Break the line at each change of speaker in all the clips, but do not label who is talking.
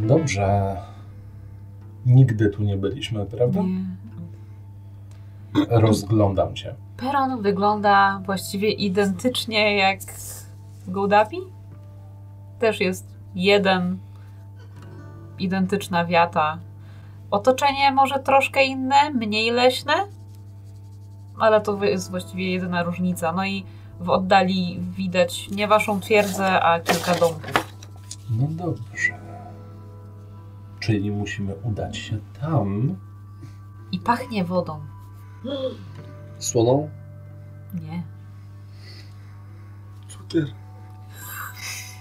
Dobrze. Nigdy tu nie byliśmy, prawda?
Nie.
Rozglądam się.
Peron wygląda właściwie identycznie jak Gołdapi. Też jest jeden, identyczna wiata. Otoczenie może troszkę inne, mniej leśne, ale to jest właściwie jedyna różnica. No i w oddali widać nie waszą twierdzę, a kilka domków.
No dobrze. Czyli musimy udać się tam.
I pachnie wodą.
Słoną?
Nie.
Cukier.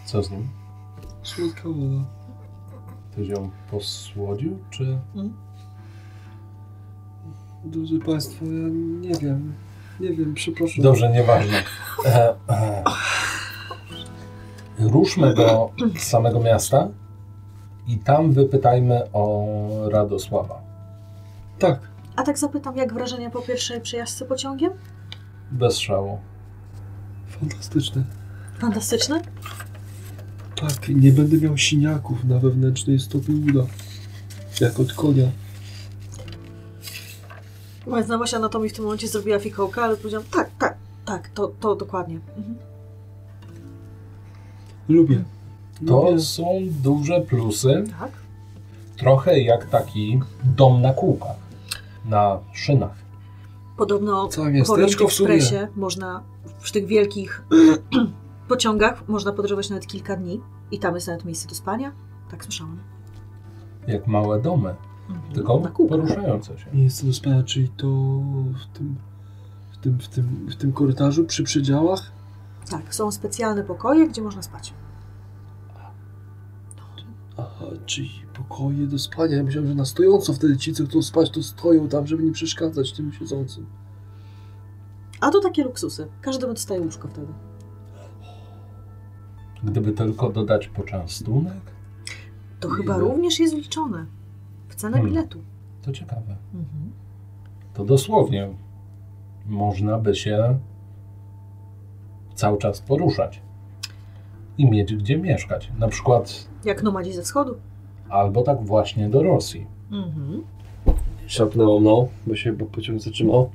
Co z nim?
Słodka woda.
Ktoś ją posłodził, czy...
Drodzy Państwo, ja nie wiem. Nie wiem, przepraszam.
Dobrze, nieważne. E, e. Ruszmy do samego miasta i tam wypytajmy o Radosława.
Tak.
A tak zapytam, jak wrażenia po pierwszej przejażdżce pociągiem?
Bez szału.
Fantastyczne.
Fantastyczne?
Tak, nie będę miał siniaków na wewnętrznej stopie uda. Jak od konia.
Moja znajomość anatomii w tym momencie zrobiła fikołka, ale powiedziałam tak, tak, tak, to, to dokładnie. Mhm.
Lubię.
To
Lubię.
są duże plusy.
Tak?
Trochę jak taki dom na kółkach. Na szynach.
Podobno
Całe
w Orient
miasteczko w sumie.
Expressie można, w tych wielkich pociągach można podróżować nawet kilka dni i tam jest nawet miejsce do spania. Tak słyszałam.
Jak małe domy. Tylko
Mhm. Na kółkach.
poruszające się.
Miejsce do spania, czyli to w tym, w tym, w tym, w tym korytarzu przy przedziałach.
Tak, są specjalne pokoje, gdzie można spać.
Aha, czyli pokoje do spania. Ja myślałem, że na stojąco wtedy ci, co chcą spać, to stoją tam, żeby nie przeszkadzać tym siedzącym.
A to takie luksusy. Każdy dostaje łóżko wtedy.
Gdyby tylko dodać poczęstunek,
To chyba
Nie.
również jest wliczone w cenę
Hmm.
biletu.
to ciekawe.
Mhm.
To dosłownie można by się cały czas poruszać i mieć gdzie mieszkać. Na przykład
Jak nomadzi ze wschodu.
albo tak właśnie do Rosji.
Mhm.
Szapnęło mną, bo się bo pociąg zatrzymał.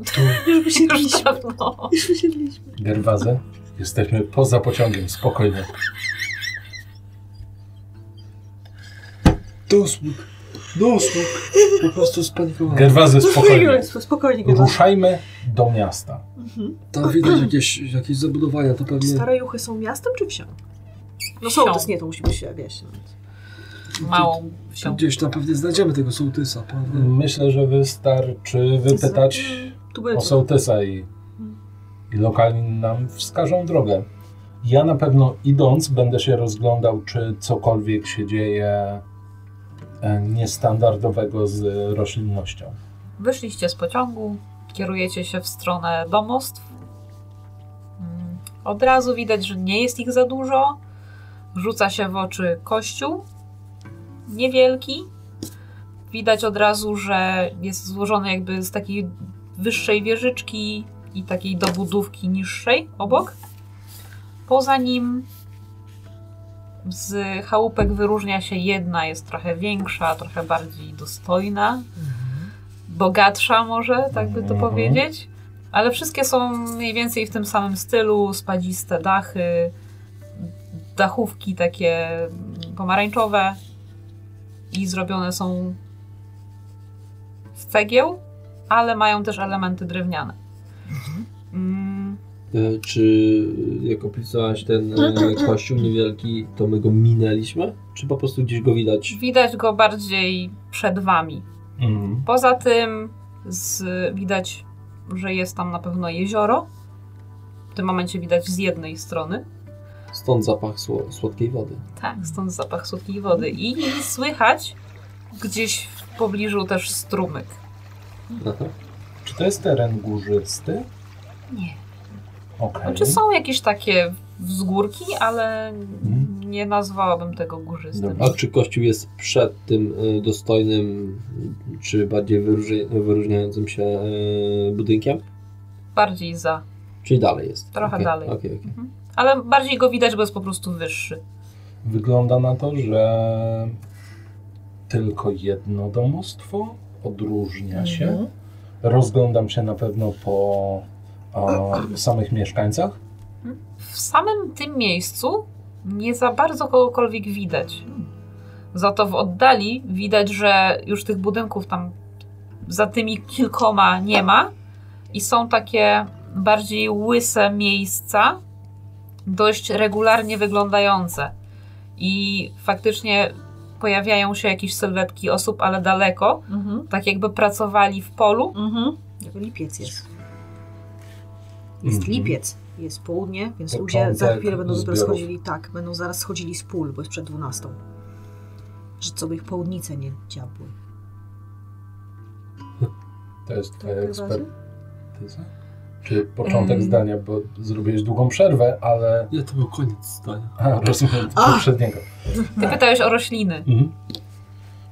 Już
Już tak.
wysiedliśmy.
dawno.
Już wysiedliśmy.
Gerwazy, jesteśmy poza pociągiem, spokojnie.
Dosług, dosług. Po prostu
No.
spanikowałem.
Gerwazy, spokojnie.
Spokojnie, Gaba.
Ruszajmy do miasta.
Mhm.
Tam widać jakieś, jakieś zabudowania, to pewnie...
Stare Juchy są miastem czy wsią? No
Wsią.
sołtys nie, to musi być no. wieś.
Małą wsią.
Gdzieś tam pewnie znajdziemy tego sołtysa, prawda?
Myślę, że wystarczy wypytać
Tu będzie.
o sołtysa i, i lokalni nam wskażą drogę. Ja na pewno idąc będę się rozglądał, czy cokolwiek się dzieje e, niestandardowego z roślinnością.
Wyszliście z pociągu, kierujecie się w stronę domostw. Mm, Od razu widać, że nie jest ich za dużo. Rzuca się w oczy kościół, niewielki. Widać od razu, że jest złożony jakby z takiej wyższej wieżyczki i takiej dobudówki niższej obok. Poza nim z chałupek wyróżnia się jedna, jest trochę większa, trochę bardziej dostojna, bogatsza może, tak by to
Mhm.
powiedzieć. Ale wszystkie są mniej więcej w tym samym stylu, spadziste dachy, dachówki takie pomarańczowe i zrobione są z cegieł, ale mają też elementy drewniane. Mm,
E, Czy jak opisałaś ten e, kościół niewielki, to my go minęliśmy? Czy po prostu gdzieś go widać?
Widać go bardziej przed wami.
Mhm.
Poza tym z, widać, że jest tam na pewno jezioro. W tym momencie widać z jednej strony.
Stąd zapach sło- słodkiej wody.
Tak, stąd zapach słodkiej wody. I słychać gdzieś w pobliżu też strumyk.
Aha.
Czy to jest teren górzysty?
Nie.
Okej.
Znaczy są jakieś takie wzgórki, ale
Mhm.
nie nazwałabym tego górzystym.
Dobra.
A czy kościół jest przed tym e, dostojnym, m, czy bardziej wyróżni- wyróżniającym się e, budynkiem?
Bardziej za.
Czyli dalej jest?
Trochę
Okej,
dalej.
okej, okej.
Ale bardziej go widać, bo jest po prostu wyższy.
Wygląda na to, że tylko jedno domostwo odróżnia się.
Mhm.
Rozglądam się na pewno po e, samych mieszkańcach.
W samym tym miejscu nie za bardzo kogokolwiek widać. Za to w oddali widać, że już tych budynków tam za tymi kilkoma nie ma i są takie bardziej łyse miejsca, dość regularnie wyglądające. I faktycznie pojawiają się jakieś sylwetki osób, ale daleko,
Mhm.
tak jakby pracowali w polu.
Mhm. Lipiec jest. Jest
Mhm.
lipiec. Jest południe, więc ludzie
Początek
za chwilę będą dopiero
zbiorów.
schodzili, tak, będą zaraz schodzili z pól, bo jest przed 12. Że co by ich południce nie dziabły.
To jest twoja
Tak,
ekspertyza?
uważam.
Czy początek
Em.
zdania, bo zrobiłeś długą przerwę, ale
Ja to był koniec zdania.
a, rozumiem
A!
poprzedniego.
Ty pytałeś o rośliny.
Mhm.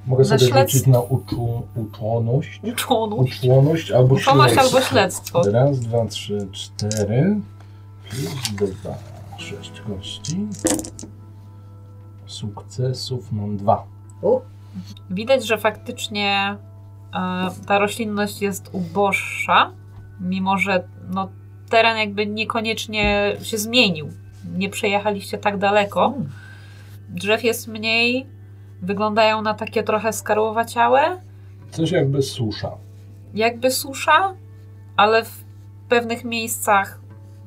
Mogę
Na
sobie
śledztw-
liczyć na uczu, uczłoność.
Uczonów.
Uczłoność albo
Pomaść
śledztwo.
albo śledztwo.
Raz, dwa, trzy, cztery. Plus dwa. Sześć kości. Sukcesów mam dwa.
Widać, że faktycznie e, ta roślinność jest uboższa, mimo że no, teren jakby niekoniecznie się zmienił. Nie przejechaliście tak daleko.
Mhm.
Drzew jest mniej, wyglądają na takie trochę skarłowaciałe,
Coś jakby susza.
jakby susza, ale w pewnych miejscach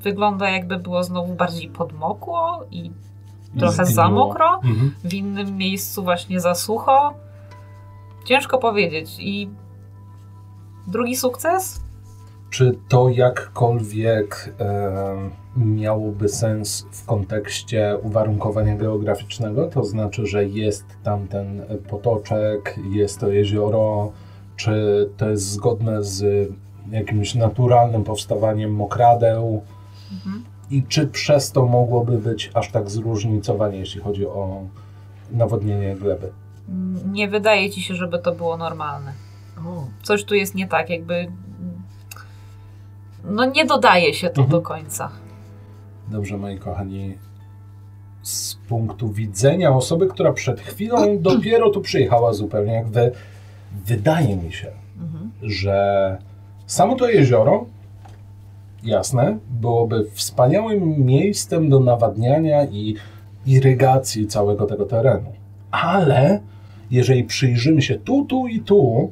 wygląda jakby było znowu bardziej podmokło i trochę za
Zgniło.
mokro
Mhm.
w innym miejscu właśnie za sucho. Ciężko powiedzieć. I drugi sukces?
Czy to jakkolwiek em, miałoby sens w kontekście uwarunkowania geograficznego? To znaczy, że jest tam ten potoczek, jest to jezioro, czy to jest zgodne z jakimś naturalnym powstawaniem mokradeł? I czy przez to mogłoby być aż tak zróżnicowanie, jeśli chodzi o nawodnienie gleby?
Mm, Nie wydaje ci się, żeby to było normalne.
O.
Coś tu jest nie tak, jakby. mm, No nie dodaje się to
Mhm.
do końca.
Dobrze, moi kochani. Z punktu widzenia osoby, która przed chwilą dopiero tu przyjechała zupełnie, jak wy, wydaje mi się,
Mhm.
że samo to jezioro, jasne, byłoby wspaniałym miejscem do nawadniania i irygacji całego tego terenu. Ale jeżeli przyjrzymy się tu, tu i tu,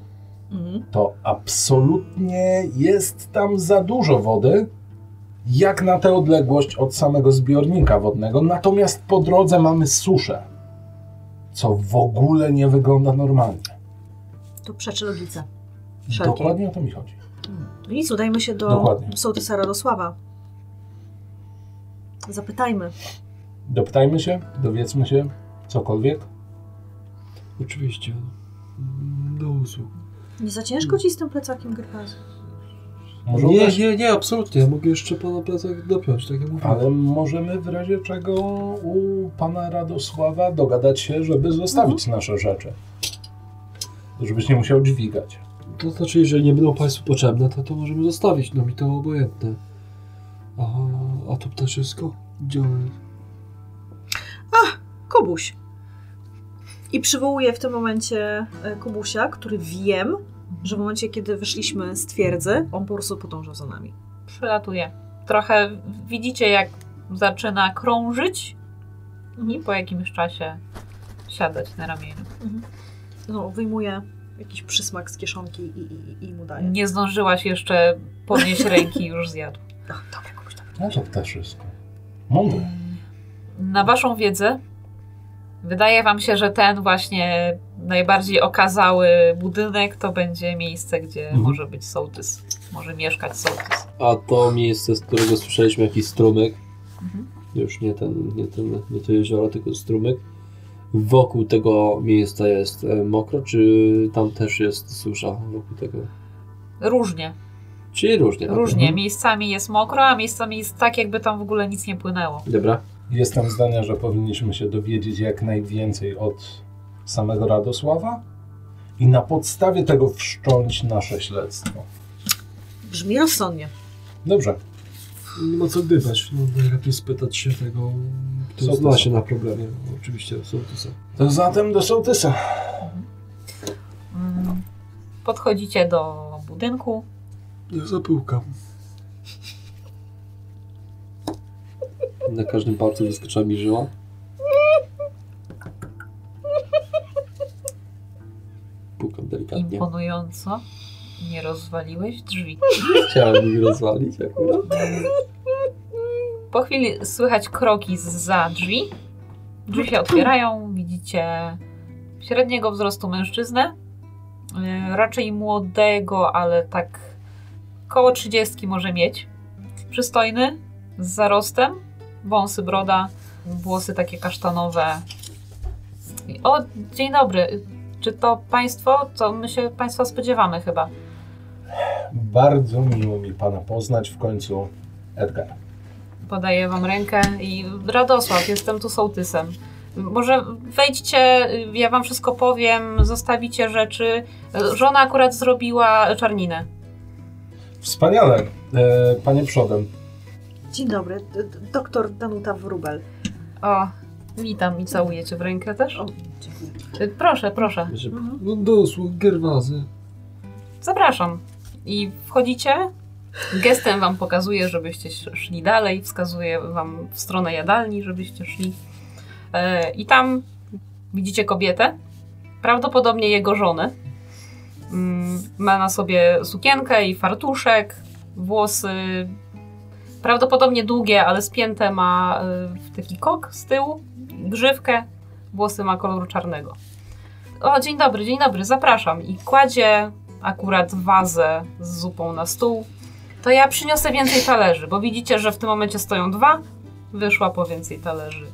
Mhm.
to absolutnie jest tam za dużo wody, jak na tę odległość od samego zbiornika wodnego. Natomiast po drodze mamy suszę, co w ogóle nie wygląda normalnie.
To przeczy logice.
I
Wszelkie.
Dokładnie o to mi chodzi.
No nic, udajmy się do
Dokładnie.
sołtysa Radosława. Zapytajmy.
Dopytajmy się, dowiedzmy się, cokolwiek.
Oczywiście. Mm, Do usług.
Nie za ciężko ci z tym plecakiem grypazu?
Może
nie,
uda się-
nie, nie, absolutnie. Ja mogę jeszcze pana plecak dopiąć, tak jak mówiłem.
Ale możemy w razie czego u pana Radosława dogadać się, żeby zostawić nasze rzeczy. Żebyś nie musiał dźwigać.
To znaczy, jeżeli nie będą państwu potrzebne, to to możemy zostawić. No mi to obojętne. A, a to ptaszysko? Gdzie ono jest?
Kubuś. I przywołuję w tym momencie e, Kubusia, który wiem, że w momencie, kiedy wyszliśmy z twierdzy, on po prostu podążał za nami.
Przylatuje. Trochę widzicie, jak zaczyna krążyć i po jakimś czasie siadać na ramieniu.
No, wyjmuje jakiś przysmak z kieszonki i, i, i mu daje.
Nie zdążyłaś jeszcze podnieść ręki, już zjadł.
No, dobra, Kubuś, dobra.
No to też wszystko. Mądre.
Na waszą wiedzę wydaje wam się, że ten właśnie najbardziej okazały budynek to będzie miejsce, gdzie
Mhm.
może być sołtys. Może mieszkać sołtys.
A to miejsce, z którego słyszeliśmy jakiś strumyk,
Mhm.
już nie ten, nie ten, nie to jezioro, tylko strumyk. Wokół tego miejsca jest e, mokro, czy tam też jest susza wokół tego?
Różnie,
Czyli różnie. na
różnie.
Mhm.
Miejscami jest mokro, a miejscami jest tak, jakby tam w ogóle nic nie płynęło.
pewno. Dobra.
Jestem zdania, że powinniśmy się dowiedzieć jak najwięcej od samego Radosława i na podstawie tego wszcząć nasze śledztwo.
Brzmi rozsądnie.
Dobrze,
Nie ma co gdybać. No, najlepiej spytać się tego To
Sołtysa.
zna się na problemie. Oczywiście sołtysa.
To zatem do sołtysa.
Mm, Podchodzicie do budynku.
Ja zapyłkam.
Na każdym palcu wyskoczyła mi żyła. Pukam delikatnie.
Imponująco. Nie rozwaliłeś drzwi.
Chciałem ich rozwalić akurat.
Po chwili słychać kroki za drzwi. Drzwi się otwierają, widzicie średniego wzrostu mężczyznę. y, Raczej młodego, ale tak koło 30 może mieć. Przystojny, z zarostem, wąsy, broda, włosy takie kasztanowe. I- O, dzień dobry. Czy to państwo? To my się państwa spodziewamy chyba.
Bardzo miło mi pana poznać w końcu, Edgar.
Podaję wam rękę i Radosław, jestem tu sołtysem. Może wejdźcie, ja wam wszystko powiem, zostawicie rzeczy. Żona akurat zrobiła czarninę.
Wspaniale, e, panie przodem.
Dzień dobry, d- d- doktor Danuta Wrubel.
O, witam i całuję cię w rękę też.
O, dziękuję.
Proszę, proszę,
Że
Mhm.
No dosłu, gerwazy.
zapraszam. I wchodzicie, gestem wam pokazuję, żebyście sz- szli dalej, wskazuję wam w stronę jadalni, żebyście szli. E, I tam widzicie kobietę, prawdopodobnie jego żonę. Mm, Ma na sobie sukienkę i fartuszek, włosy prawdopodobnie długie, ale spięte ma y, w taki kok z tyłu, grzywkę, włosy ma koloru czarnego. O, dzień dobry, dzień dobry, zapraszam. I kładzie akurat wazę z zupą na stół. To ja przyniosę więcej talerzy, bo widzicie, że w tym momencie stoją dwa. Wyszła po więcej talerzy.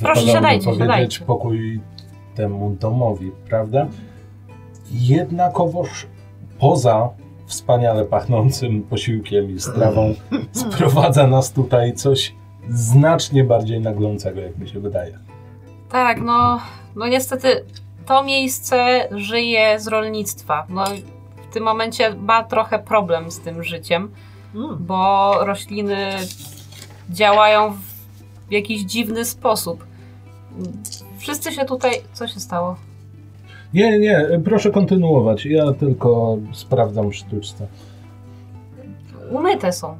Wypadałoby
siadajcie,
powiedzieć
siadajcie.
pokój temu domowi, prawda? Jednakowoż poza wspaniale pachnącym posiłkiem i strawą sprowadza nas tutaj coś znacznie bardziej naglącego, jak mi się wydaje.
Tak, no, no niestety to miejsce żyje z rolnictwa. No, w tym momencie ma trochę problem z tym życiem,
Mm.
bo rośliny działają w jakiś dziwny sposób. Wszyscy się tutaj. Co się stało?
Nie, nie, proszę kontynuować. Ja tylko sprawdzam sztuczce.
Umyte są.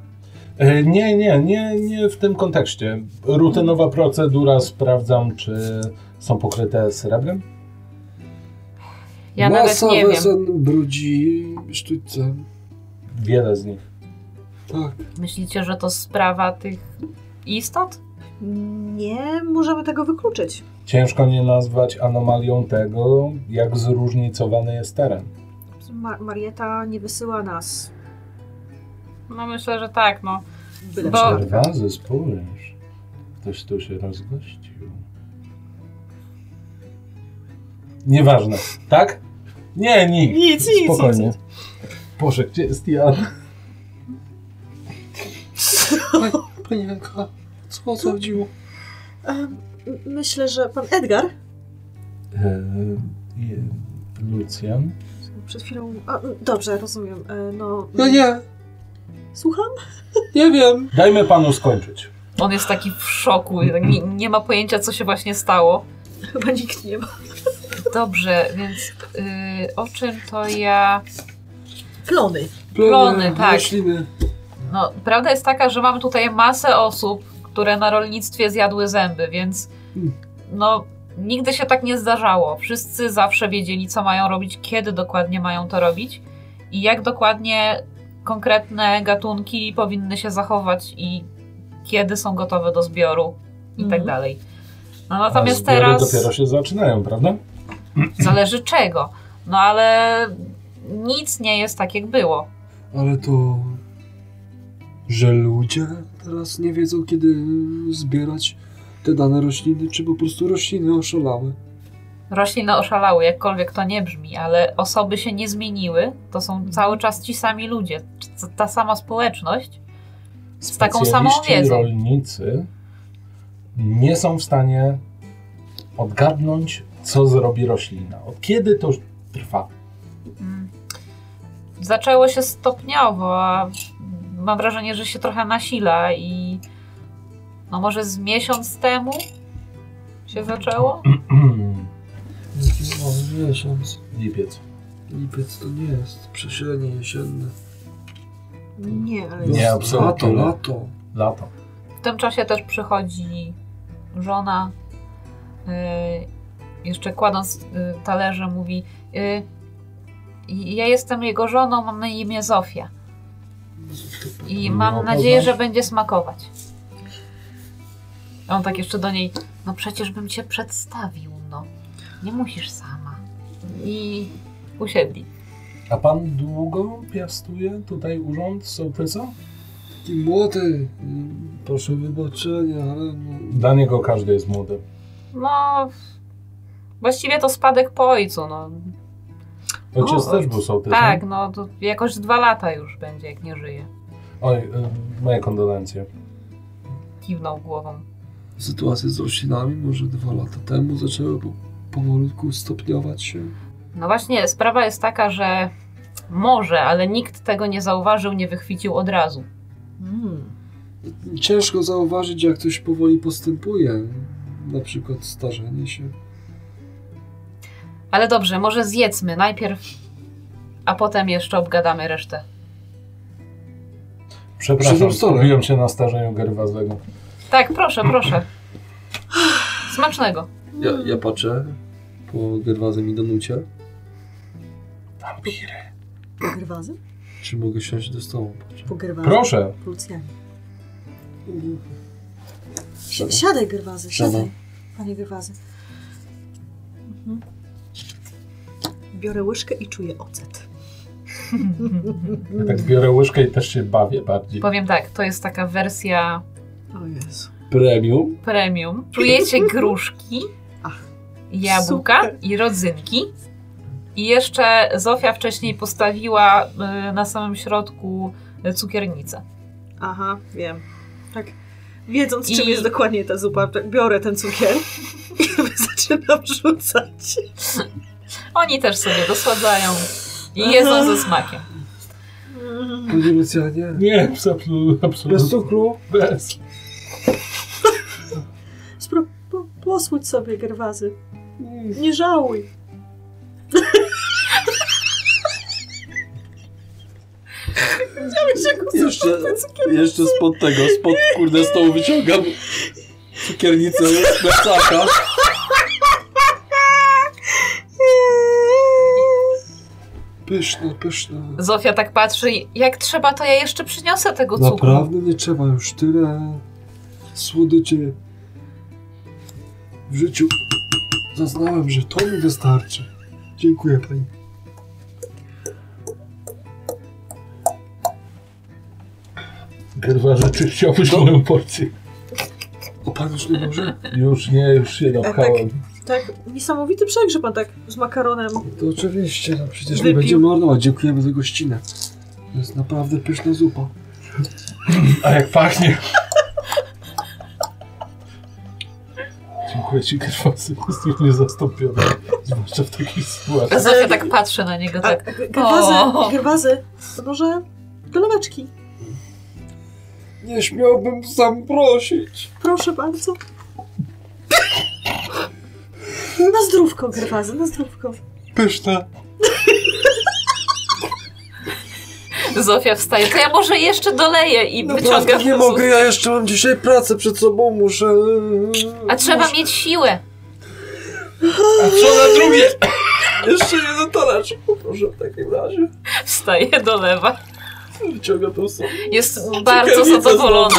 E, Nie, nie, nie, nie w tym kontekście. Rutynowa procedura, sprawdzam, czy są pokryte srebrem.
Ja nawet
Masa
nie wiem.
wesen brudzi sztućcem.
Wiele z nich.
Tak.
Myślicie, że to sprawa tych istot?
Nie możemy tego wykluczyć.
Ciężko nie nazwać anomalią tego, jak zróżnicowany jest teren.
Ma- Marieta nie wysyła nas.
No myślę, że tak, no.
Byle
Bo-
przypadkiem.
Czerwazy, spójrz. Ktoś tu się rozgościł. Nieważne, tak? Nie, nikt.
Nic, nic,
Spokojnie.
nic.
Boże, gdzie jest Jan?
Panienka, co o co chodziło?
Em, m- Myślę, że pan Edgar
Eee, E, Lucjan.
przed chwilą. A, m, dobrze, rozumiem. E, No.
No nie,
Słucham?
nie wiem.
Dajmy panu skończyć.
On jest taki w szoku, tak nie, nie ma pojęcia, co się właśnie stało.
Chyba nikt nie ma.
Dobrze, więc y, o czym to ja.
Plony.
Plony, tak.
Rośliny.
No, prawda jest taka, że mamy tutaj masę osób, które na rolnictwie zjadły zęby, więc
Hmm.
Mm.
no, nigdy się tak nie zdarzało. Wszyscy zawsze wiedzieli, co mają robić, kiedy dokładnie mają to robić i jak dokładnie konkretne gatunki powinny się zachować i kiedy są gotowe do zbioru i tak
Mhm.
dalej. No, natomiast
A zbiory
teraz.
dopiero się zaczynają, prawda?
Zależy czego. No ale nic nie jest tak, jak było.
Ale to... Że ludzie teraz nie wiedzą, kiedy zbierać te dane rośliny, czy po prostu rośliny oszalały.
Rośliny oszalały, jakkolwiek to nie brzmi, ale osoby się nie zmieniły. To są cały czas ci sami ludzie, c- ta sama społeczność z taką samą
Specjaliści
wiedzą.
rolnicy nie są w stanie odgadnąć, co zrobi roślina. Od kiedy to trwa?
Mm. Zaczęło się stopniowo, a mam wrażenie, że się trochę nasila i No może z miesiąc temu się zaczęło?
No, miesiąc.
Lipiec.
Lipiec to nie jest przesilenie jesienne.
Nie, ale
Nie,
jest...
absolutnie.
Lato,
nie.
lato.
Lato.
W tym czasie też przychodzi żona. y, jeszcze kładąc y, talerze, mówi: y, Ja jestem jego żoną, mam na imię Zofia. I mam
No,
nadzieję,
poznam.
że będzie smakować. On tak jeszcze do niej: No przecież bym cię przedstawił, no. Nie musisz sama. I usiedli.
A pan długo piastuje tutaj urząd sołtysa?
Taki młody. Mm, Proszę wybaczenia, ale no,
Dla niego każdy jest młody.
No. Właściwie to spadek po ojcu, no.
Ojciec
O,
też był sołtysem.
Tak, no to jakoś dwa lata już będzie, jak nie żyje.
Oj, y, moje kondolencje.
Kiwnął głową.
sytuacja z roślinami może dwa lata temu zaczęła po, powolutku stopniować się.
No właśnie, sprawa jest taka, że może, ale nikt tego nie zauważył, nie wychwycił od razu.
Mm.
Ciężko zauważyć, jak ktoś powoli postępuje. Na przykład starzenie się.
Ale dobrze, może zjedzmy najpierw, a potem jeszcze obgadamy resztę.
Przy
Przepraszam,
tym stole.
skupiłem się na starzeniu Gerwazego.
Tak, proszę, proszę. Smacznego.
Ja, ja patrzę po Gerwazem i Danucie.
Wampiry.
Pogerwazy?
Czy mogę siąść do stołu?
Pogerwazy.
Proszę,
Policjanie. Si- siadaj, Gerwazy, siadaj. Panie Gerwazy. Mhm. Biorę łyżkę i czuję ocet.
ja tak
Mhm.
biorę łyżkę i też się bawię bardziej.
Powiem tak, to jest taka wersja
O Jezu.
Premium.
premium. Czujecie gruszki,
Ach,
jabłka
super.
i rodzynki. I jeszcze Zofia wcześniej postawiła y, na samym środku y, cukiernicę.
Aha, wiem. Tak. Wiedząc, czym
I-
jest dokładnie ta zupa, tak biorę ten cukier i zaczynam rzucać.
Oni też sobie dosładzają i jedzą ze smakiem.
Panie Lucjanie,
Nie, absolu-
bez
absolutnie.
cukru.
Bez.
Spró- po- posłuć sobie gerwazy. Nie żałuj.
Jeszcze, jeszcze spod tego, spod kurde stołu wyciągam cukiernicę z plecaka.
Pyszne, pyszne.
Zofia tak patrzy, jak trzeba, to ja jeszcze przyniosę tego cukru.
Naprawdę nie trzeba już tyle słodyczy w życiu. Zaznałem, że to mi wystarczy. Dziękuję pani.
Gerwazy, czy chciałbyś moją porcję?
A pan już nie może?
Już nie, już się napchałem.
Tak, niesamowity przegrzeb pan tak z makaronem.
To oczywiście, no przecież
Wypił.
nie będzie marnować. Dziękujemy za gościnę. To jest naprawdę pyszna zupa.
A jak pachnie. Dziękuję ci, Gerwazy. Jesteś niezastąpiony. Zwłaszcza w takiej sytuacji.
Zofia tak patrzy na niego,
A,
tak. O.
gerwazy, gerwazy, to może doleweczki.
Nie śmiałbym sam prosić.
Proszę bardzo. Na zdrówko, gerwazy, na zdrówko.
Pyszna.
Zofia wstaje, to ja może jeszcze doleję i wyciąga
Naprawdę No nie
ten
mogę,
cukr.
ja jeszcze mam dzisiaj pracę przed sobą, muszę... yy,
A trzeba
muszę-
mieć siłę.
A co na drugie?
Jeszcze jeden talerz, proszę w takim razie.
Wstaje, dolewa.
Wyciąga tą sobą.
Jest bardzo
Cukiernicę
zadowolona.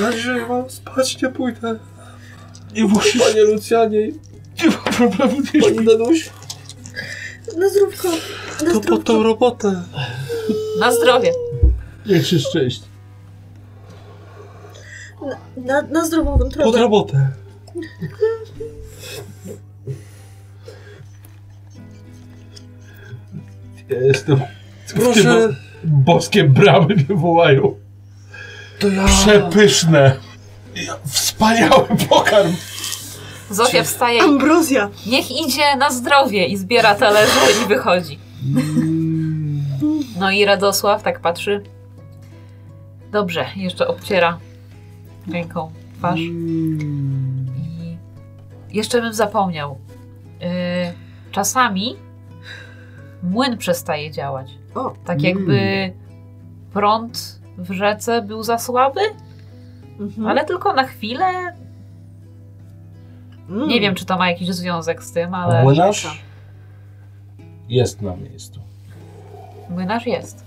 Ja dzisiaj mam spać, nie pójdę.
Nie musisz,
Panie Lucjanie, i
nie ma problemu, nie
pani Danuś,
Na zdrówko, na
to po
zdrówko.
tą robotę.
Na zdrowie.
Niech się szczęść.
Na, na, na zdrową
Pod
drogę.
robotę.
Ja jestem...
Proszę,
Boskie bramy mnie wołają.
to ja...
Przepyszne. Ja- Wspaniały pokarm.
Zofia wstaje,
Ambrozja.
niech idzie na zdrowie i zbiera talerze i wychodzi.
Mm,
No i Radosław tak patrzy. Dobrze, jeszcze obciera ręką twarz.
Mm.
I jeszcze bym zapomniał. Yy, czasami młyn przestaje działać.
O,
Tak
mm.
jakby prąd w rzece był za słaby,
Mhm.
ale tylko na chwilę.
Mm.
Nie wiem, czy to ma jakiś związek z tym, ale
Młynarz jest na miejscu.
młynarz jest.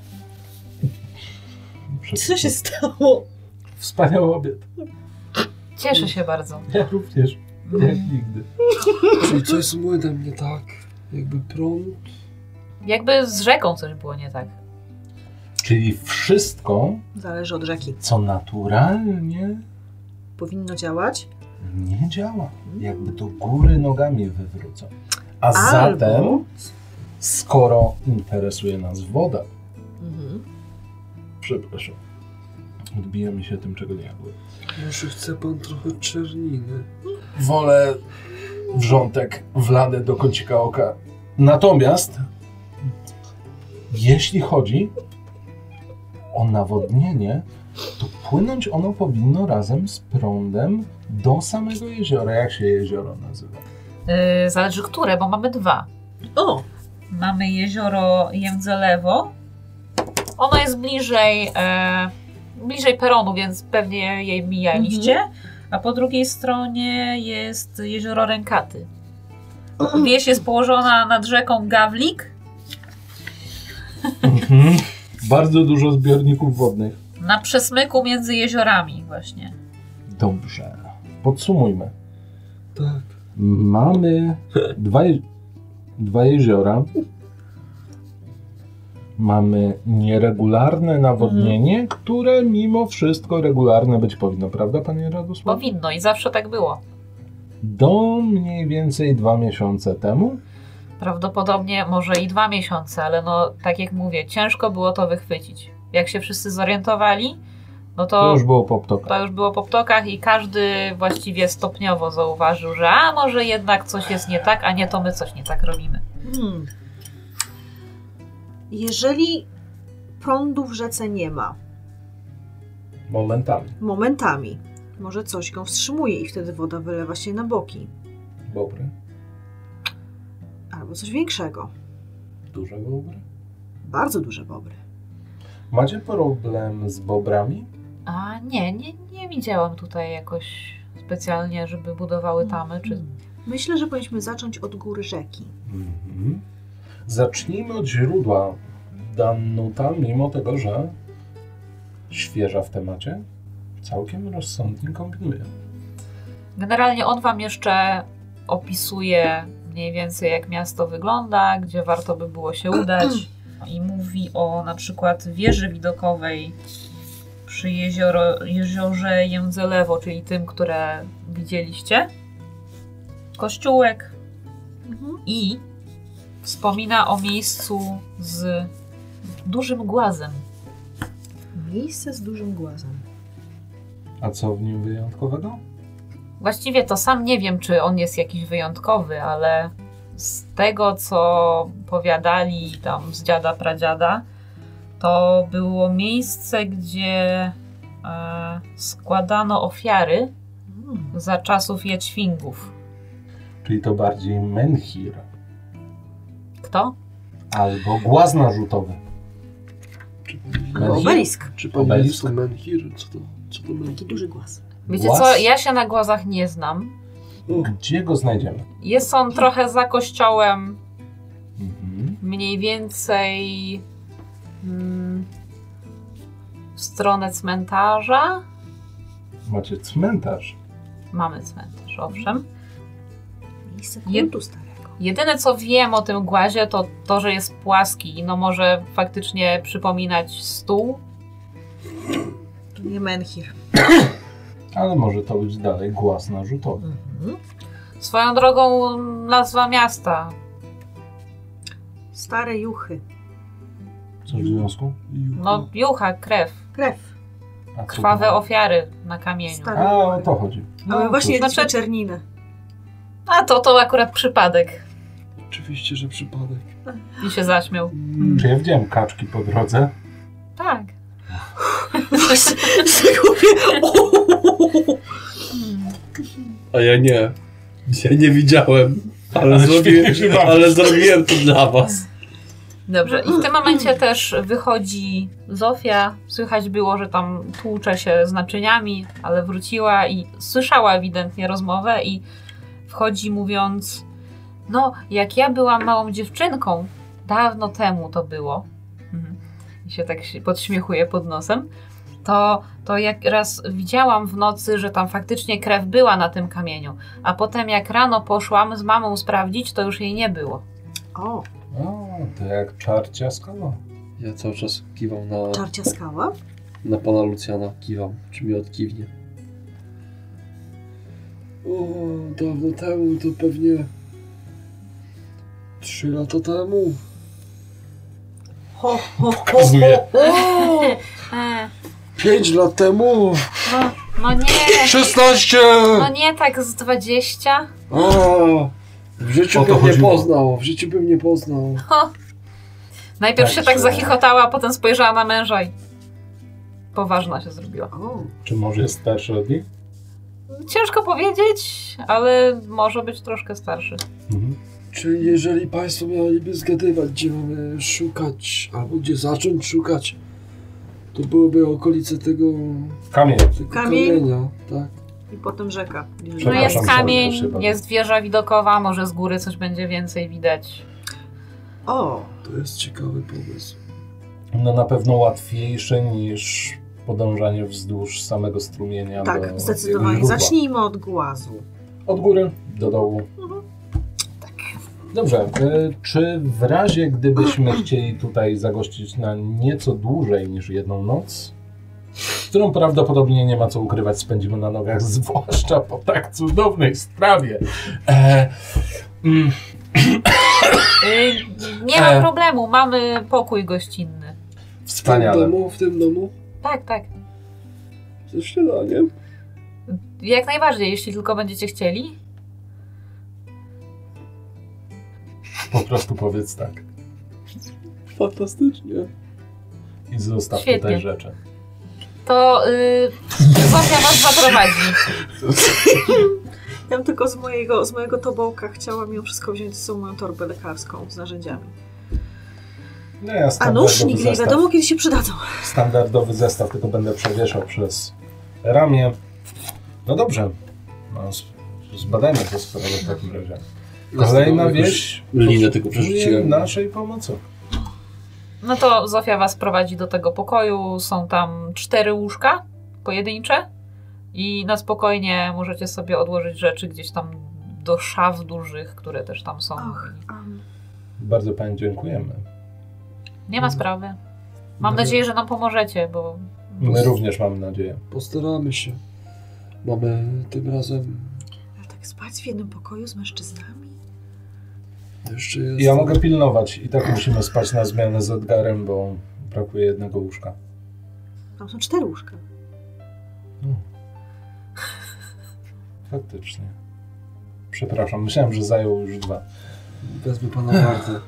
Co się stało?
Wspaniały obiad.
Cieszę się bardzo.
Ja również,
Mhm.
jak nigdy.
Czyli coś z młynem nie tak? Jakby prąd?
Jakby z rzeką coś było nie tak.
Czyli wszystko,
Zależy od rzeki.
co naturalnie
Powinno działać.
nie działa. Jakby do góry nogami wywrócą. A
Albo-
zatem, skoro interesuje nas woda,
Mhm.
przepraszam, odbijamy się tym, czego nie jadłem.
Może chce pan trochę czerniny?
Wolę wrzątek wlany do kącika oka. Natomiast, jeśli chodzi o nawodnienie, to płynąć ono powinno razem z prądem do samego jeziora. Jak się jezioro nazywa?
Yy, zależy które, bo mamy dwa.
O!
Mamy jezioro Jemdze-Lewo. Ono jest bliżej, e, bliżej peronu, więc pewnie jej mijaliście. A po drugiej stronie jest jezioro Rękaty. Wieś jest położona nad rzeką Gawlik.
Bardzo dużo zbiorników wodnych.
Na przesmyku między jeziorami właśnie.
Dobrze. Podsumujmy.
Tak.
Mamy dwa, je- dwa jeziora. Mamy nieregularne nawodnienie, które mimo wszystko regularne być powinno, prawda, panie Radosław?
Powinno i zawsze tak było.
Do mniej więcej dwa miesiące temu.
Prawdopodobnie może i dwa miesiące, ale no tak jak mówię, ciężko było to wychwycić. Jak się wszyscy zorientowali, no
To
to,
już było po ptokach.
to już było po ptokach i każdy właściwie stopniowo zauważył, że a może jednak coś jest nie tak, a nie to my coś nie tak robimy.
Hmm. Jeżeli prądu w rzece nie ma,
Momentami.
momentami, może coś go wstrzymuje i wtedy woda wylewa się na boki.
Bobry.
Albo coś większego.
Duże bobry.
Bardzo duże bobry.
Macie problem z bobrami?
A nie, nie, nie widziałam tutaj jakoś specjalnie, żeby budowały tamy, czy
Hmm. Myślę, że powinniśmy zacząć od góry rzeki.
Mhm. Zacznijmy od źródła. Danuta, mimo tego, że świeża w temacie, całkiem rozsądnie kombinuje.
Generalnie on Wam jeszcze opisuje mniej więcej, jak miasto wygląda, gdzie warto by było się udać. I mówi o na przykład wieży widokowej przy jezioro, jeziorze Jędzelewo, czyli tym, które widzieliście. Kościółek
Mhm.
i wspomina o miejscu z dużym głazem.
Miejsce z dużym głazem.
A co w nim wyjątkowego?
Właściwie to sam nie wiem, czy on jest jakiś wyjątkowy, ale z tego, co powiadali tam z dziada pradziada, to było miejsce, gdzie e, składano ofiary
Mm.
za czasów jaćwingów.
Czyli to bardziej menhir
Kto?
albo głaz narzutowy.
Czy,
No, Obelisk.
czy pani
Obelisk?
jest to menhir? Co to, co to menhir?
Taki duży głaz.
Wiecie
Głaz?
co, ja się na głazach nie znam.
O,
Gdzie go znajdziemy?
Jest on trochę za kościołem,
Mhm.
mniej więcej mm, w stronę cmentarza.
Macie cmentarz.
Mamy cmentarz, owszem.
Miejsce
Jed-
kultu starego.
Jedyne co wiem o tym głazie to to, że jest płaski i no może faktycznie przypominać stół.
To nie Menhir.
Ale może to być dalej głaz narzutowy.
Mhm.
Swoją drogą nazwa miasta.
Stare juchy.
Co w związku?
Juhu.
No jucha, krew,
Krew.
A co
krwawe
to-
ofiary na kamieniu.
Stary.
A o to chodzi.
No,
cóż.
właśnie
znaczy-
jedliśmy czerninę.
A to to akurat przypadek.
Oczywiście, że przypadek.
I się zaśmiał.
Mm.
Czy ja widziałem kaczki po drodze?
Tak.
Właśnie, zagubię.
A ja nie. Dzisiaj nie widziałem.
A,
Ale, zrobiłem,
świetnie się bawisz.
ale zrobiłem to dla was.
Dobrze, i w tym momencie też wychodzi Zofia. Słychać było, że tam tłucze się z naczyniami, ale wróciła i słyszała ewidentnie rozmowę i wchodzi mówiąc: No, jak ja byłam małą dziewczynką, dawno temu to było. Mhm. I się tak się podśmiechuje pod nosem. To, to jak raz widziałam w nocy, że tam faktycznie krew była na tym kamieniu, a potem jak rano poszłam z mamą sprawdzić, to już jej nie było.
O,
O, to jak czarcia skała.
Ja cały czas kiwam na,
czarcia skała?
na pana Lucjana. Kiwam. Czy mi odkiwnie?
O, dawno temu to pewnie... Trzy lata temu.
Ho, ho, ho,
Pokazuje.
ho, ho.
Pięć lat temu.
No, no nie,
Szesnaście!
no nie tak z 20.
O, w życiu
O to
bym nie
chodziło.
poznał. W życiu bym nie poznał.
Najpierw
Tak,
się tak
że-
zachichotała, a potem spojrzała na męża i poważna się zrobiła.
O,
Czy może jest starszy od nich?
Ciężko powiedzieć, ale może być troszkę starszy. No
Mhm.
Czy jeżeli Państwo mieliby zgadywać, gdzie mamy szukać, albo gdzie zacząć szukać, to byłyby okolice tego,
Kamień.
tego
Kamień?
kamienia, tak?
I potem rzeka.
No
Przepraszam,
jest kamień,
sorry, proszę
jest wieża widokowa, może z góry coś będzie więcej widać.
O,
To jest ciekawy pomysł.
No na pewno łatwiejszy niż podążanie wzdłuż samego strumienia.
tak,
do
zdecydowanie.
źródła.
Zacznijmy od głazu.
Od góry do dołu.
Mhm. Tak.
Dobrze, e, czy w razie gdybyśmy chcieli tutaj zagościć na nieco dłużej niż jedną noc, którą prawdopodobnie nie ma co ukrywać, spędzimy na nogach, zwłaszcza po tak cudownej sprawie. E, mm,
Y, nie ma
E.
problemu, mamy pokój gościnny.
W tym
wspaniale.
domu, w tym domu,
Tak, tak.
ze śniadaniem.
Jak najbardziej, jeśli tylko będziecie chcieli.
Po prostu powiedz tak
Fantastycznie.
i zostaw
Świetnie.
tutaj rzeczy.
To y, Zofia was zaprowadzi.
Ja bym tylko z mojego, z mojego tobołka chciała mimo wszystko wziąć ze sobą moją torbę lekarską z narzędziami.
No ja
A
standardowy
nóż nigdy nie
Tak, zestaw.
wiadomo, kiedy się przydadzą.
standardowy zestaw, tylko będę przewieszał przez ramię. No dobrze, no, z- zbadajmy tę sprawę w takim razie. Kolejna wieś
Linę tylko
potrzebuje
przerzuciłem.
naszej pomocy.
No to Zofia was prowadzi do tego pokoju. Są tam cztery łóżka pojedyncze i na spokojnie możecie sobie odłożyć rzeczy gdzieś tam do szaf dużych, które też tam są.
Och, um,
Bardzo Pani dziękujemy.
Nie ma sprawy. Mam nadzieję, że nam pomożecie, bo
My również mamy nadzieję.
Postaramy się. Mamy tym razem
ale tak spać w jednym pokoju z mężczyznami?
jeszcze jest...
I Ja mogę pilnować i tak musimy spać na zmianę z Edgarem, bo brakuje jednego łóżka.
Tam są cztery łóżka.
Faktycznie. Przepraszam, myślałem, że zajął już dwa.
Wezmę pana wartę.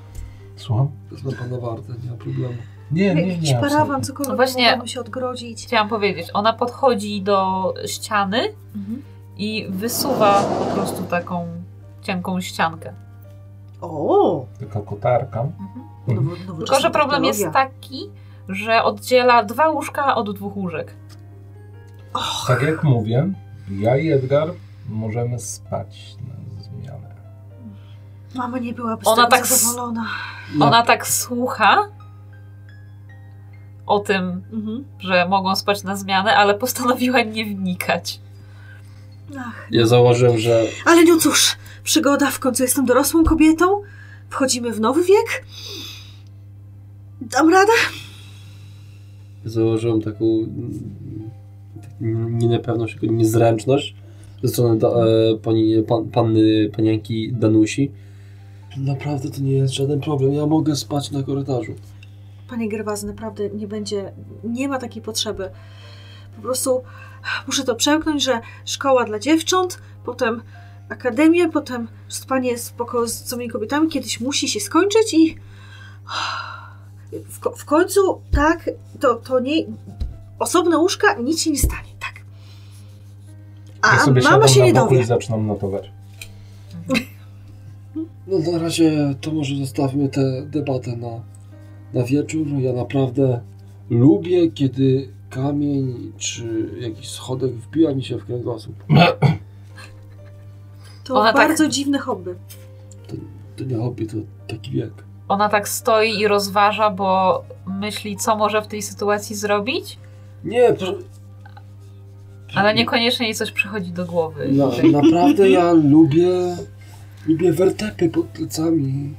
Słucham?
Wezmę pana wartę, nie ma problemu.
Nie, nie,
Jakiś
nie.
parawan,
absolutnie.
cokolwiek,
No właśnie-
możemy się odgrodzić.
chciałam powiedzieć, ona podchodzi do ściany
Mhm.
i wysuwa po prostu taką cienką ściankę.
O,
Tylko kotarka.
nowo,
Tylko, że problem jest taki, że oddziela dwa łóżka od dwóch łóżek.
Tak jak mówię, ja i Edgar możemy spać na zmianę.
Mama nie byłaby z
Ona
tego
tak s-
zadowolona.
No.
Ona tak słucha o tym,
Mhm.
że mogą spać na zmianę, ale postanowiła nie wnikać.
Ach.
Ja zauważyłem, że
Ale no cóż, przygoda, w końcu jestem dorosłą kobietą. Wchodzimy w nowy wiek. Dam radę?
założyłem taką mm, n- nie niepewność, tylko niezręczność ze strony da, e, pani, pan, panny, panienki Danusi.
Naprawdę to nie jest żaden problem. Ja mogę spać na korytarzu.
Panie Gerwazy, naprawdę nie będzie, nie ma takiej potrzeby. Po prostu muszę to przełknąć, że szkoła dla dziewcząt, potem akademia, potem spanie z, poko- z samymi kobietami kiedyś musi się skończyć i w, ko- w końcu tak, to, to nie, osobne łóżka, nic się nie stanie, tak.
Ja
A
sobie
mama
siadam
się
na
nie
boku
dowie.
i zaczynam notować.
No na razie to może zostawmy tę debatę na, na wieczór. Ja naprawdę lubię, kiedy kamień czy jakiś schodek wbija mi się w kręgosłup.
To
Ona tak-
bardzo dziwne hobby.
To nie hobby, to taki wiek.
Ona tak stoi i rozważa, bo myśli, co może w tej sytuacji zrobić,
Nie, proszę...
ale niekoniecznie jej coś przychodzi do głowy.
Na,
No.
naprawdę ja lubię... Lubię wertepy pod plecami.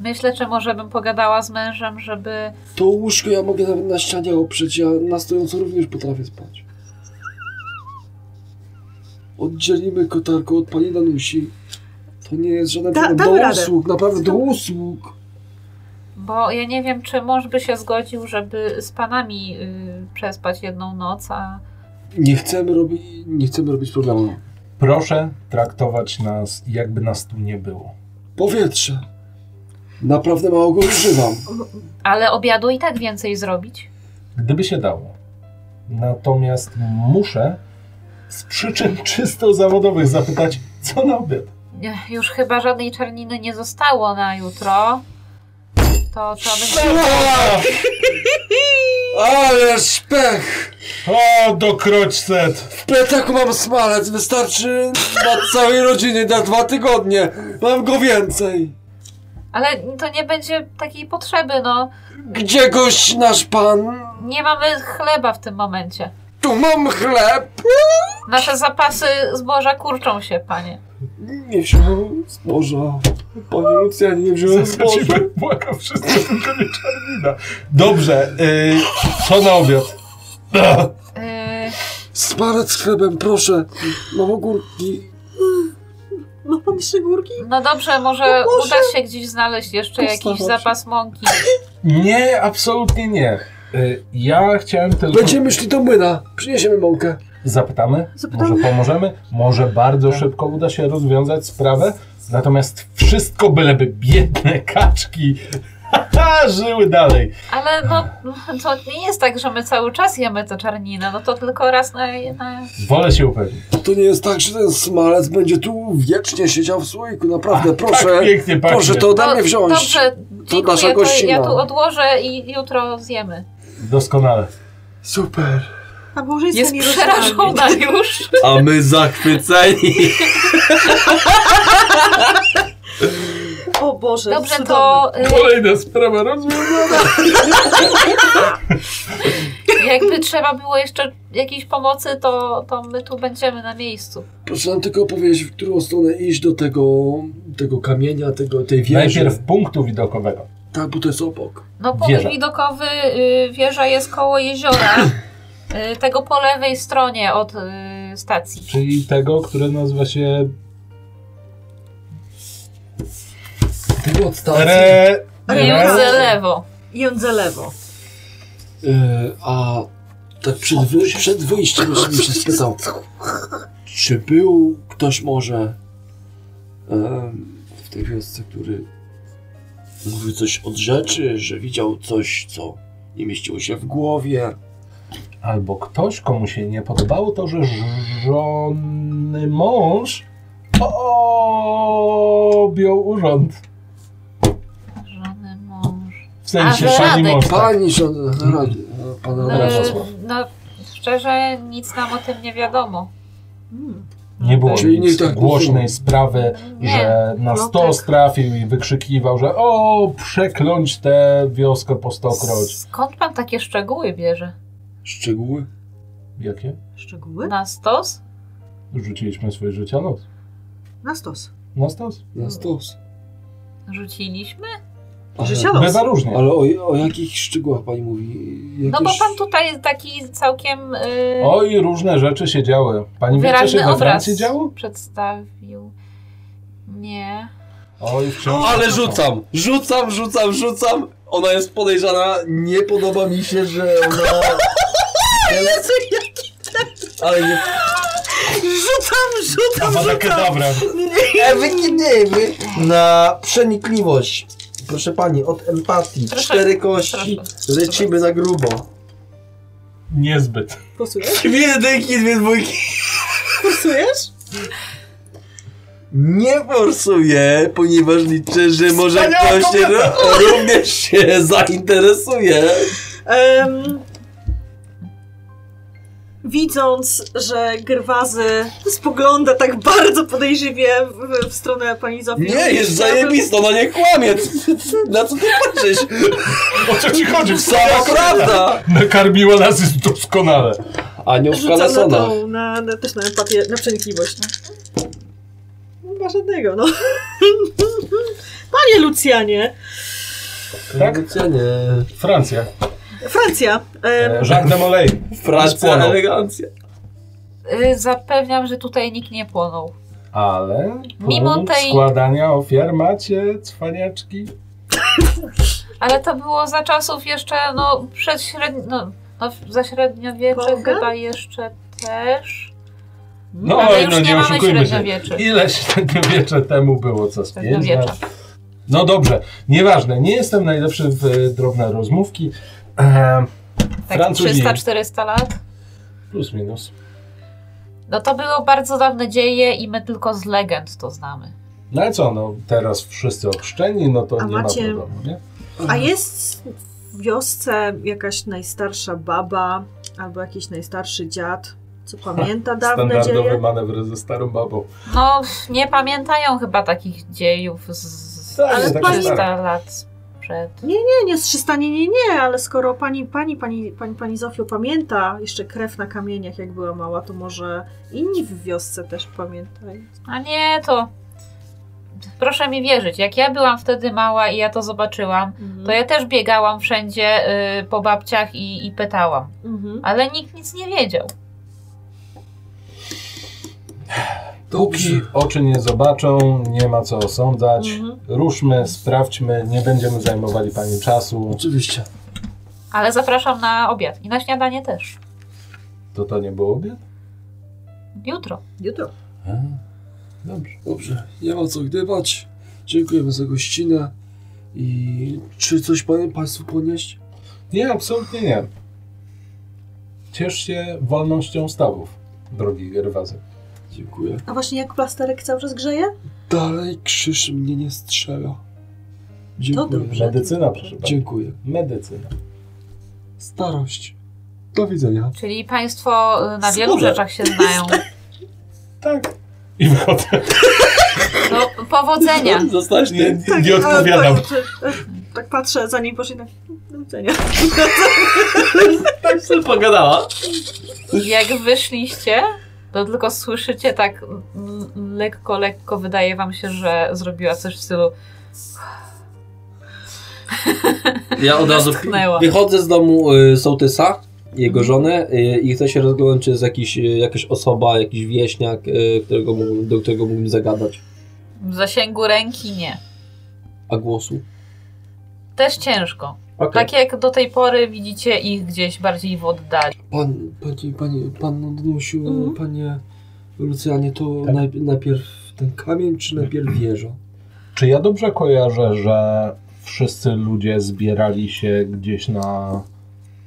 Myślę, że może bym pogadała z mężem, żeby.
To łóżko ja mogę nawet na ścianie oprzeć, ja na stojąco również potrafię spać. Oddzielimy kotarko od pani Danusi. To nie jest żaden
Da-
problem.
damy
Do
radę.
usług, naprawdę do usług.
Bo ja nie wiem, czy mąż by się zgodził, żeby z panami y, przespać jedną noc, a
Nie chcemy robić, nie chcemy robić problemu.
Proszę traktować nas, jakby nas tu nie było.
Powietrze. Naprawdę mało go używam.
Ale obiadu i tak więcej zrobić.
Gdyby się dało. Natomiast muszę z przyczyn czysto zawodowych zapytać, co na obiad.
Nie, Już chyba żadnej czerniny nie zostało na jutro. To trzeba będzie.
Ale szpech!
O, dokroć set!
W plecaku mam smalec, wystarczy dla całej rodziny na dwa tygodnie. Mam go więcej.
Ale to nie będzie takiej potrzeby, no.
Gdzie gość nasz pan?
Nie mamy chleba w tym momencie.
Tu mam chleb!
Nasze zapasy zboża kurczą się, panie.
Nie wziąłem zboża. Panie Lucjanie, nie wziąłem zboża.
Zasadziłem, błagam tak wszystko, tylko nie czarnina. Dobrze, y, co na obiad?
Yy,
Smalec z chlebem, proszę. Mam ogórki.
Ma pan jeszcze górki?
no dobrze, może uda się gdzieś znaleźć jeszcze jakiś
Postaram się.
zapas mąki.
Nie, absolutnie nie. Y, ja chciałem tylko...
Będziemy szli do młyna. Przyniesiemy mąkę.
Zapytamy,
Zapytamy.
może pomożemy, może bardzo
Tak.
szybko uda się rozwiązać sprawę. Natomiast wszystko byleby biedne kaczki żyły dalej.
Ale no, to nie jest tak, że my cały czas jemy tę czarninę, no to tylko raz na... na...
Wolę się upewnić.
To nie jest tak, że ten smalec będzie tu wiecznie siedział w słoiku. Naprawdę, proszę.
Tak pięknie pachnie.
proszę to ode mnie wziąć.
No, Dobrze,
nasza
dziękuję, to ja
gościna.
tu odłożę i jutro zjemy.
Doskonale.
Super.
A małżeństwo
Jest
nie rozdzielamy.
przerażona już.
A my zachwyceni.
O Boże,
Dobrze,
cudowne.
to y,
Kolejna sprawa rozwiązana.
y, jakby trzeba było jeszcze jakiejś pomocy, to, to my tu będziemy na miejscu.
Proszę nam tylko powiedzieć, w którą stronę iść do tego, tego kamienia, tego, tej wieży.
Najpierw punktu widokowego.
Tak, bo to jest obok.
No punkt
Wieża.
widokowy, y, wieża jest koło jeziora, y, tego po lewej stronie od y, stacji.
Czyli tego, które nazywa się...
Ty od stacji.
Re...
Jędze lewo.
Jądze lewo.
Yy, a tak przed, wy, przed wyjściem jeszcze bym się spytał, czy był ktoś może em, w tej wiosce, który mówił coś od rzeczy, że widział coś, co nie mieściło się w głowie.
Albo ktoś, komu się nie podobało to, że żony mąż objął urząd.
Żony mąż.
W sensie
A, że
pani
Radek.
mąż. tak.
Pani żona, rad, pana
No,
Radosław.
no, szczerze, nic nam o tym nie wiadomo.
Mm.
Nie było
Czyli
nic
nie tak
głośnej
mówiłem.
sprawy,
Nie,
E, że na
no
stos
tak.
trafił i wykrzykiwał, że o, przekląć tę wioskę po stokroć.
Skąd pan takie szczegóły bierze?
Szczegóły?
Jakie?
Szczegóły?
Na stos?
Rzuciliśmy swoje życia noc.
Na stos.
Na stos?
Na stos.
Rzuciliśmy?
Ale,
Życia los.
Bywa różnie.
ale o, o jakich szczegółach pani mówi?
No bo
Jakieś-
pan tutaj jest taki całkiem y,
Oj, różne rzeczy się działy. Pani wie, co się
wyraźny
we
obraz
Francji działo?
przedstawił. Nie.
Oj, wciąż.
Ale rzucam, rzucam, rzucam, rzucam. Ona jest podejrzana, nie podoba mi się, że ona... Jezu, jaki Ale nie...
A ma takie dobre.
Ewy Kniewy na przenikliwość. Proszę pani, od empatii.
Proszę,
Cztery kości.
proszę.
Lecimy na grubo.
Niezbyt.
Forsujesz?
Dwie jedynki, dwie dwójki.
Forsujesz?
Nie forsuję, ponieważ liczę, że może
Wspaniała
ktoś się ro- również się zainteresuje.
Em, widząc, że Gerwazy spogląda tak bardzo podejrzywie w, w stronę pani Zofii.
Nie, jest zajebista, no nie kłamie. Na co ty patrzysz?
O co ci chodzi?
Sama prawda.
Nakarmiła nas jest doskonale.
Aniołka
Rzucam na
Lasona.
tą, na, na, też na empatię, na przenikliwość. No. Chyba żadnego, no. Panie Lucjanie!
Tak?
Lucianie.
Francja.
Francja! em,
E, Jacques de Molay.
Francja,
Płonął.
elegancja.
Y, Zapewniam, że tutaj nikt nie płonął.
Ale
Mimo
próg
tej-
składania ofiar macie, cwaniaczki.
Ale to było za czasów jeszcze, no, przedśrednio, no, no za średniowiecze
Boga?
chyba jeszcze też.
No,
ale
oj,
już
no,
nie,
nie
mamy
oszukujmy się.
średniowieczy.
Ile średniowiecze temu było, co z pięć
Średniowiecza.
lat? No dobrze, nieważne, nie jestem najlepszy w e, drobne rozmówki. E,
Tak
Francuzi.
300-400 lat.
plus minus.
No to było bardzo dawne dzieje i my tylko z legend to znamy.
No ale co, no teraz wszyscy ochrzczeni, no to
A
nie
macie-
ma problemu, nie?
A jest w wiosce jakaś najstarsza baba albo jakiś najstarszy dziad, co pamięta dawne
Standardowe
dzieje?
manewry ze starą babą.
No, nie pamiętają chyba takich dziejów z, z
Tak,
Ale
tak,
pani-
300 lat przed.
Nie, nie, z 300 nie, nie, nie, ale skoro pani, pani, pani, pani, pani Zofio pamięta jeszcze krew na kamieniach, jak była mała, to może inni w wiosce też pamiętają.
A nie, to... Proszę mi wierzyć, jak ja byłam wtedy mała i ja to zobaczyłam, to ja też biegałam wszędzie y, po babciach i, i pytałam.
Mhm.
Ale nikt nic nie wiedział.
Póki oczy nie zobaczą, nie ma co osądzać.
Mhm.
Ruszmy, sprawdźmy, nie będziemy zajmowali pani czasu.
Oczywiście.
Ale zapraszam na obiad i na śniadanie też.
To to nie było obiad?
Jutro.
Jutro.
E, Dobrze.
Dobrze, nie ma co gdybać. Dziękujemy za gościnę. I czy coś panie, Państwu ponieść?
Nie, absolutnie nie. Ciesz się wolnością stawów, drogi Gerwazy.
Dziękuję.
A właśnie jak plasterek cały czas grzeje?
Dalej krzyż mnie nie strzela.
To
Dziękuję.
dobrze.
Medycyna, proszę bardzo.
Dziękuję.
Medycyna.
Starość. Do widzenia.
Czyli państwo y, na wielu
Słuchaj.
rzeczach się znają.
Tak. I wychodzę.
No, powodzenia.
Zostałeś
Nie,
nie.
nie, nie
ale
odpowiadam.
Tak, znaczy, e, tak patrzę, zanim poszedł na do widzenia.
Tak sobie pogadała.
Jak wyszliście, to tylko słyszycie tak mm, lekko, lekko wydaje wam się, że zrobiła coś w stylu
Ja od razu
Westchnęła.
wychodzę z domu y, sołtysa, jego żony y, i chcę się rozglądać, czy jest jakiś, y, jakaś osoba, jakiś wieśniak, y, którego mógł, do którego mógłbym zagadać.
w zasięgu ręki nie.
A głosu?
Też ciężko.
Okej.
Tak jak do tej pory widzicie ich gdzieś bardziej w oddali.
Pan, panie, panie, pan odnosił,
Mhm.
panie Lucjanie, to
Tak.
najp- najpierw ten kamień, czy najpierw wieża?
Czy ja dobrze kojarzę, że wszyscy ludzie zbierali się gdzieś na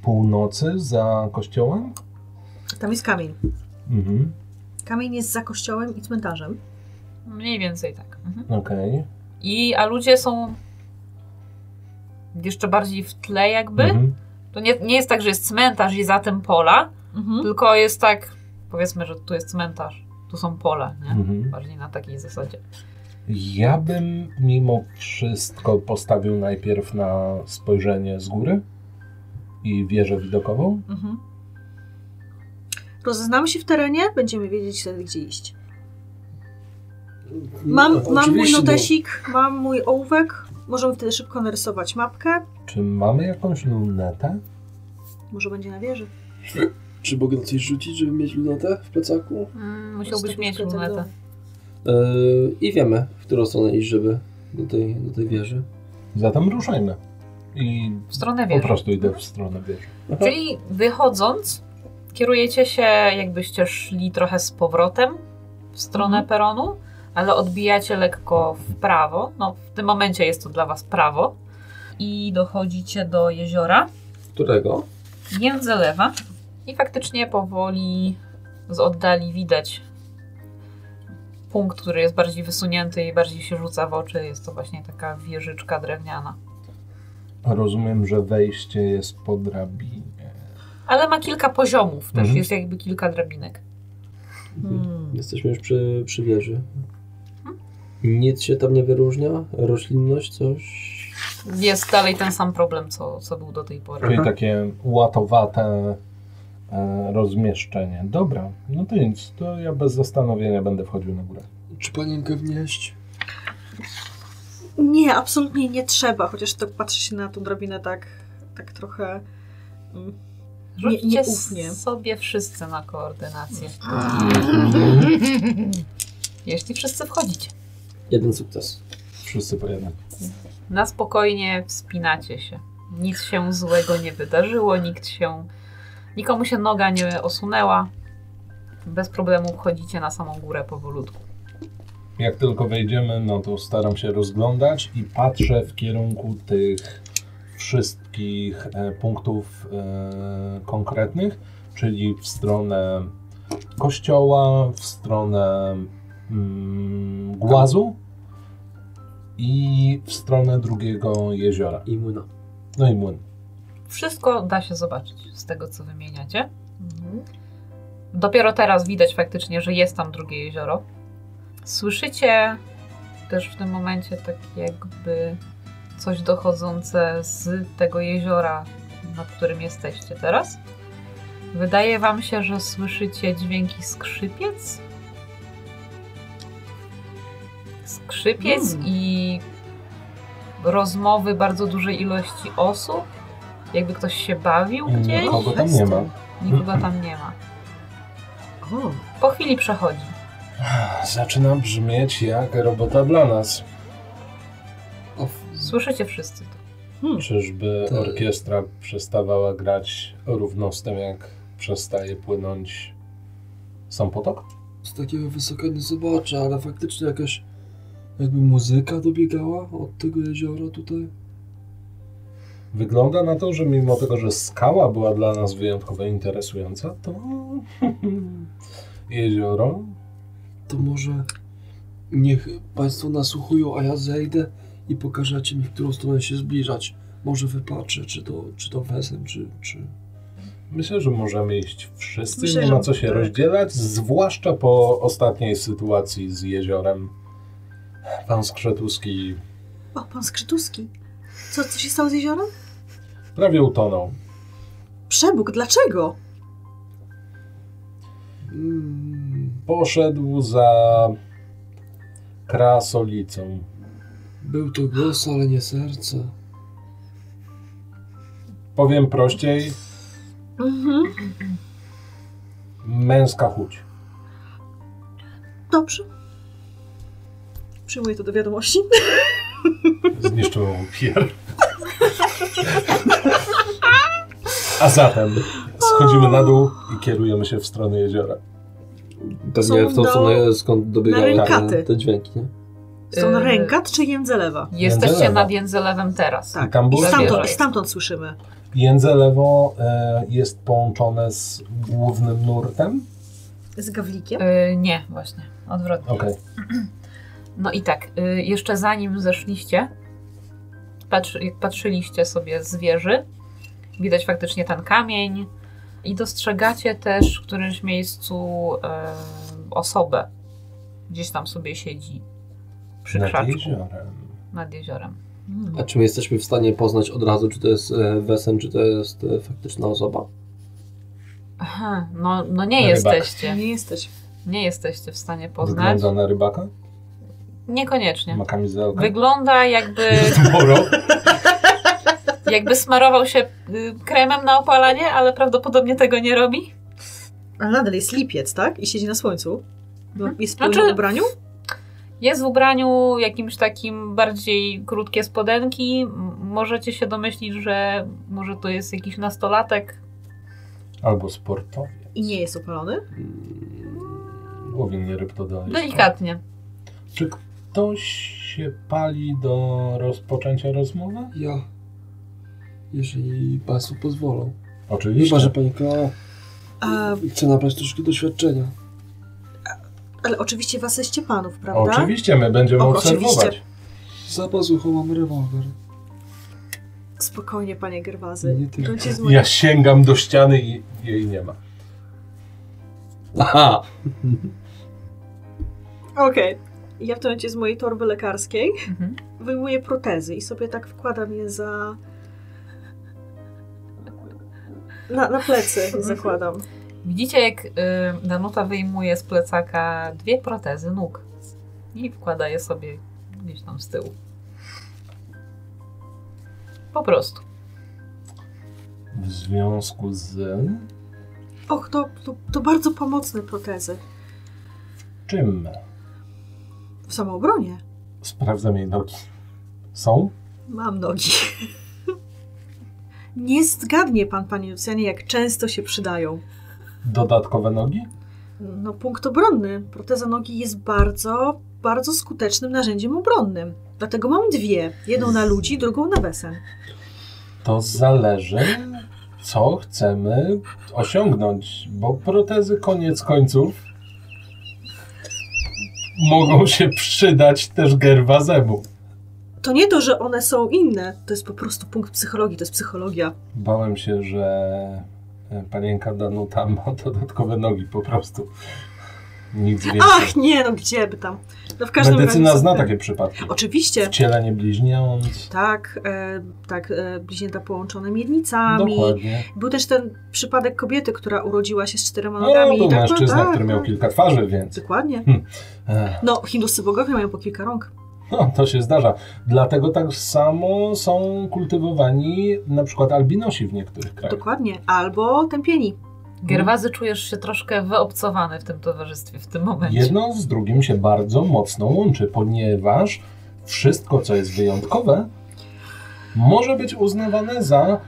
północy za kościołem?
Tam jest kamień.
Mhm.
Kamień jest za kościołem i cmentarzem.
Mniej więcej tak. Mhm.
Okej.
I, a ludzie są jeszcze bardziej w tle jakby.
Mhm.
To nie, nie jest tak, że jest cmentarz i za tym pola,
Mhm.
tylko jest tak, powiedzmy, że tu jest cmentarz, tu są pola, nie?
Mhm.
Bardziej na takiej zasadzie.
Ja bym mimo wszystko postawił najpierw na spojrzenie z góry i wieżę widokową.
Mhm.
Rozeznamy się w terenie, będziemy wiedzieć wtedy, gdzie iść.
Mm,
No,
Mam, mam mój
oczywiście, no.
notesik, mam mój ołówek. Możemy wtedy szybko narysować mapkę.
Czy mamy jakąś lunetę?
Może będzie na wieży.
Czy mogę na coś rzucić, żeby mieć lunatę w plecaku?
Mm,
Zostawić
musiałbyś mieć
plecak
lunetę.
do-
Y, I wiemy, w którą stronę iść, żeby do tej, do tej wieży.
Zatem ruszajmy. I
W stronę
po
wieży.
prostu idę w stronę wieży.
Czyli wychodząc, kierujecie się, jakbyście szli trochę z powrotem w stronę
Mhm.
peronu, ale odbijacie lekko w prawo. No, w tym momencie jest to dla was prawo. I dochodzicie do jeziora
Którego?
Jędzelewa. I faktycznie powoli z oddali widać punkt, który jest bardziej wysunięty i bardziej się rzuca w oczy. Jest to właśnie taka wieżyczka drewniana.
Rozumiem, że wejście jest po drabinie.
Ale ma kilka poziomów, też
Mhm.
jest jakby kilka drabinek.
Hmm.
Jesteśmy już przy, przy wieży. Nic się tam nie wyróżnia? Roślinność, coś?
Jest dalej ten sam problem, co, co był do tej pory.
Czyli takie łatowate e, rozmieszczenie. Dobra, no to nic, to ja bez zastanowienia będę wchodził na górę.
Czy panienkę wnieść?
Nie, absolutnie nie trzeba, chociaż to patrzy się na tą drabinę tak, tak trochę... mm.
Rzućcie
nie ufnie.
sobie wszyscy na koordynację. Jeśli wszyscy wchodzicie.
Jeden sukces.
Wszyscy po jednym.
Na spokojnie wspinacie się. Nic się złego nie wydarzyło, nikt się. Nikomu się noga nie osunęła. Bez problemu wchodzicie na samą górę powolutku.
Jak tylko wejdziemy, no to staram się rozglądać i patrzę w kierunku tych wszystkich e, punktów e, konkretnych, czyli w stronę kościoła, w stronę mm, głazu i w stronę drugiego jeziora.
I młyna.
No i młyn.
Wszystko da się zobaczyć z tego, co wymieniacie. Dopiero teraz widać faktycznie, że jest tam drugie jezioro. Słyszycie też w tym momencie tak jakby coś dochodzące z tego jeziora, nad którym jesteście teraz. Wydaje wam się, że słyszycie dźwięki skrzypiec. Skrzypiec i rozmowy bardzo dużej ilości osób. Jakby ktoś się bawił
I
gdzieś.
Mm, Nikogo tam nie ma.
Nikogo tam nie ma.
O,
Po chwili przechodzi.
Zaczyna brzmieć jak robota dla nas.
A w-
Słyszycie wszyscy to.
Czyżby
Tak.
orkiestra przestawała grać równo z tym, jak przestaje płynąć sam potok?
z takiego wysoka nie zobaczę, ale faktycznie jakaś jakby muzyka dobiegała od tego jeziora tutaj.
Wygląda na to, że mimo tego, że skała była dla nas wyjątkowo interesująca, to jezioro
To może niech państwo nasłuchują, a ja zejdę i pokażecie mi, w którą stronę się zbliżać. Może wypatrzę, czy to, czy to wesem, czy, czy...
Myślę, że możemy iść wszyscy,
Myślę,
nie ma
że
co się
tak.
rozdzielać, zwłaszcza po ostatniej sytuacji z jeziorem. Pan Skrzetuski
o pan Skrzytuski. Co, co się stało z jeziorem?
prawie utonął.
Przebóg, dlaczego?
Mm,
Poszedł za krasolicą.
był to głos, ale nie serce.
Powiem prościej,
Mhm.
męska chuć.
Dobrze. Przyjmuję to do wiadomości.
Zniszczył mu pier. A zatem schodzimy na dół i kierujemy się w stronę jeziora.
Pewnie w tą
do-
stronę, skąd dobiegały
na
te,
rękaty.
te dźwięki, nie?
Są
Yy.
rękat czy jędzelewa?
Jesteście
Jędzelewem.
nad Jędzelewem teraz.
Tak.
I tam było
I
jezioro
stamtąd,
jest.
stamtąd słyszymy.
Jędzelewo e, jest połączone z głównym nurtem.
Z gawlikiem?
Yy, nie, właśnie, odwrotnie.
Okej.
No i tak, y, jeszcze zanim zeszliście, patrzy, jak patrzyliście sobie z wieży, widać faktycznie ten kamień i dostrzegacie też w którymś miejscu y, osobę. Gdzieś tam sobie siedzi przy
Nad
krzaczku
jeziorem.
nad jeziorem.
A czy my jesteśmy w stanie poznać od razu, czy to jest e, wesen, czy to jest e, faktyczna osoba?
Aha, No, no nie
Rybak.
jesteście.
Nie jesteś.
Nie jesteście w stanie poznać.
Wygląda na rybaka?
Niekoniecznie.
Ma kamizelkę?
Wygląda jakby,
Sporo.
jakby smarował się y, kremem na opalanie, ale prawdopodobnie tego nie robi.
Ale nadal jest lipiec, tak? I siedzi na słońcu. No, Jest w pełnym
Znaczy-
ubraniu?
Jest w ubraniu jakimś takim bardziej krótkie spodenki. M- Możecie się domyślić, że może to jest jakiś nastolatek.
Albo sportowiec.
I nie jest opalony?
Mm,
Głowie nie ryb to
No
dalej.
Delikatnie.
Czy ktoś się pali do rozpoczęcia rozmowy?
Ja, jeżeli państwo pozwolą.
Oczywiście.
Chyba, że panienka
E,
I chcę nabrać troszkę doświadczenia.
ale oczywiście was jesteście panów, prawda?
Oczywiście, my będziemy
O,
obserwować.
oczywiście.
Za pazuchą mam rewolwer.
Spokojnie, panie Gerwazy.
Nie tylko.
Bądźcie z moim-
Ja sięgam do ściany i jej nie ma.
Aha!
Okej. Ja w tym momencie z mojej torby lekarskiej
Mhm.
wyjmuję protezy i sobie tak wkładam je za... Na, na plecy zakładam.
Widzicie, jak y, Danuta wyjmuje z plecaka dwie protezy nóg i wkłada je sobie gdzieś tam z tyłu. Po prostu.
W związku z
Och, to, to, to bardzo pomocne protezy.
czym?
W samoobronie.
Sprawdzam jej nogi. Są?
Mam nogi. Nie zgadnie pan, panie Lucjanie, jak często się przydają.
Dodatkowe nogi?
No, punkt obronny. Proteza nogi jest bardzo, bardzo skutecznym narzędziem obronnym. Dlatego mam dwie. Jedną na ludzi, drugą na wesen.
To zależy, co chcemy osiągnąć, bo protezy koniec końców mogą się przydać też gerwazemu.
To nie to, że one są inne. To jest po prostu punkt psychologii, to jest psychologia.
Bałem się, że panienka Danuta ma dodatkowe nogi po prostu. Nic więcej.
Ach, nie, no gdzie by tam. No w każdym
Medycyna
razie...
zna tak- takie przypadki.
Oczywiście.
Wcielenie bliźniąt.
Tak, e, tak, e, bliźnięta połączone miednicami.
Dokładnie.
Był też ten przypadek kobiety, która urodziła się z czterema
No,
nogami.
był
i tak,
mężczyzna,
tak,
który miał
tak.
kilka twarzy, więc
Dokładnie.
e,
No, hinduscy bogowie mają po kilka rąk.
no, to się zdarza. Dlatego tak samo są kultywowani na przykład albinosi w niektórych krajach.
Dokładnie. Albo tępieni.
Tak,
Gerwazy, czujesz się troszkę wyobcowany w tym towarzystwie w tym momencie.
Jedno z drugim się bardzo mocno łączy, ponieważ wszystko, co jest wyjątkowe, może być uznawane za,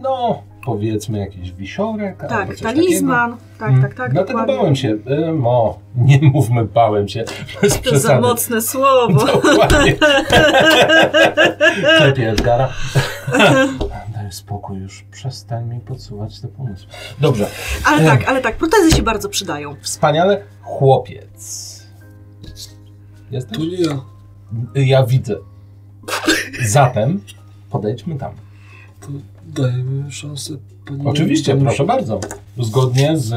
no, powiedzmy, jakiś wisiorek albo
Tak,
coś
talizman.
takiego. Mm.
Tak, tak, tak.
Dlatego
dokładnie.
bałem się. Ym, o, nie mówmy bałem się. Bez
To za
przesady. No,
mocne słowo.
Dokładnie. Klepie Edgara. Daj spokój już, przestań mi podsuwać te pomysły. Dobrze,
Ale tak, ale tak, protezy się bardzo przydają.
wspaniale chłopiec. Jesteś?
To nie ja.
Ja widzę. Zatem podejdźmy tam.
To dajemy szansę pani.
Oczywiście,
panu-
proszę bardzo. Zgodnie z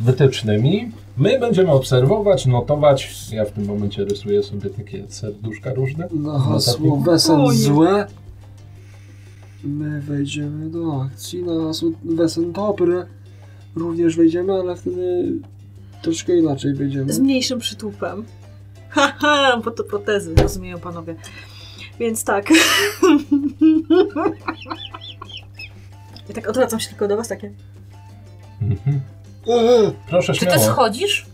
wytycznymi my będziemy obserwować, notować. Ja w tym momencie rysuję sobie takie serduszka różne.
Na hasło
O
Wesen
nie.
złe. My wejdziemy do akcji na hasło Wesen dobre. Również wejdziemy, ale wtedy troszkę inaczej wejdziemy.
Z mniejszym przytupem. Haha, bo to protezy, rozumieją panowie. Więc tak. Ja tak odwracam się tylko do was takie.
Mhm. Proszę
Czy ty
śmiało.
schodzisz?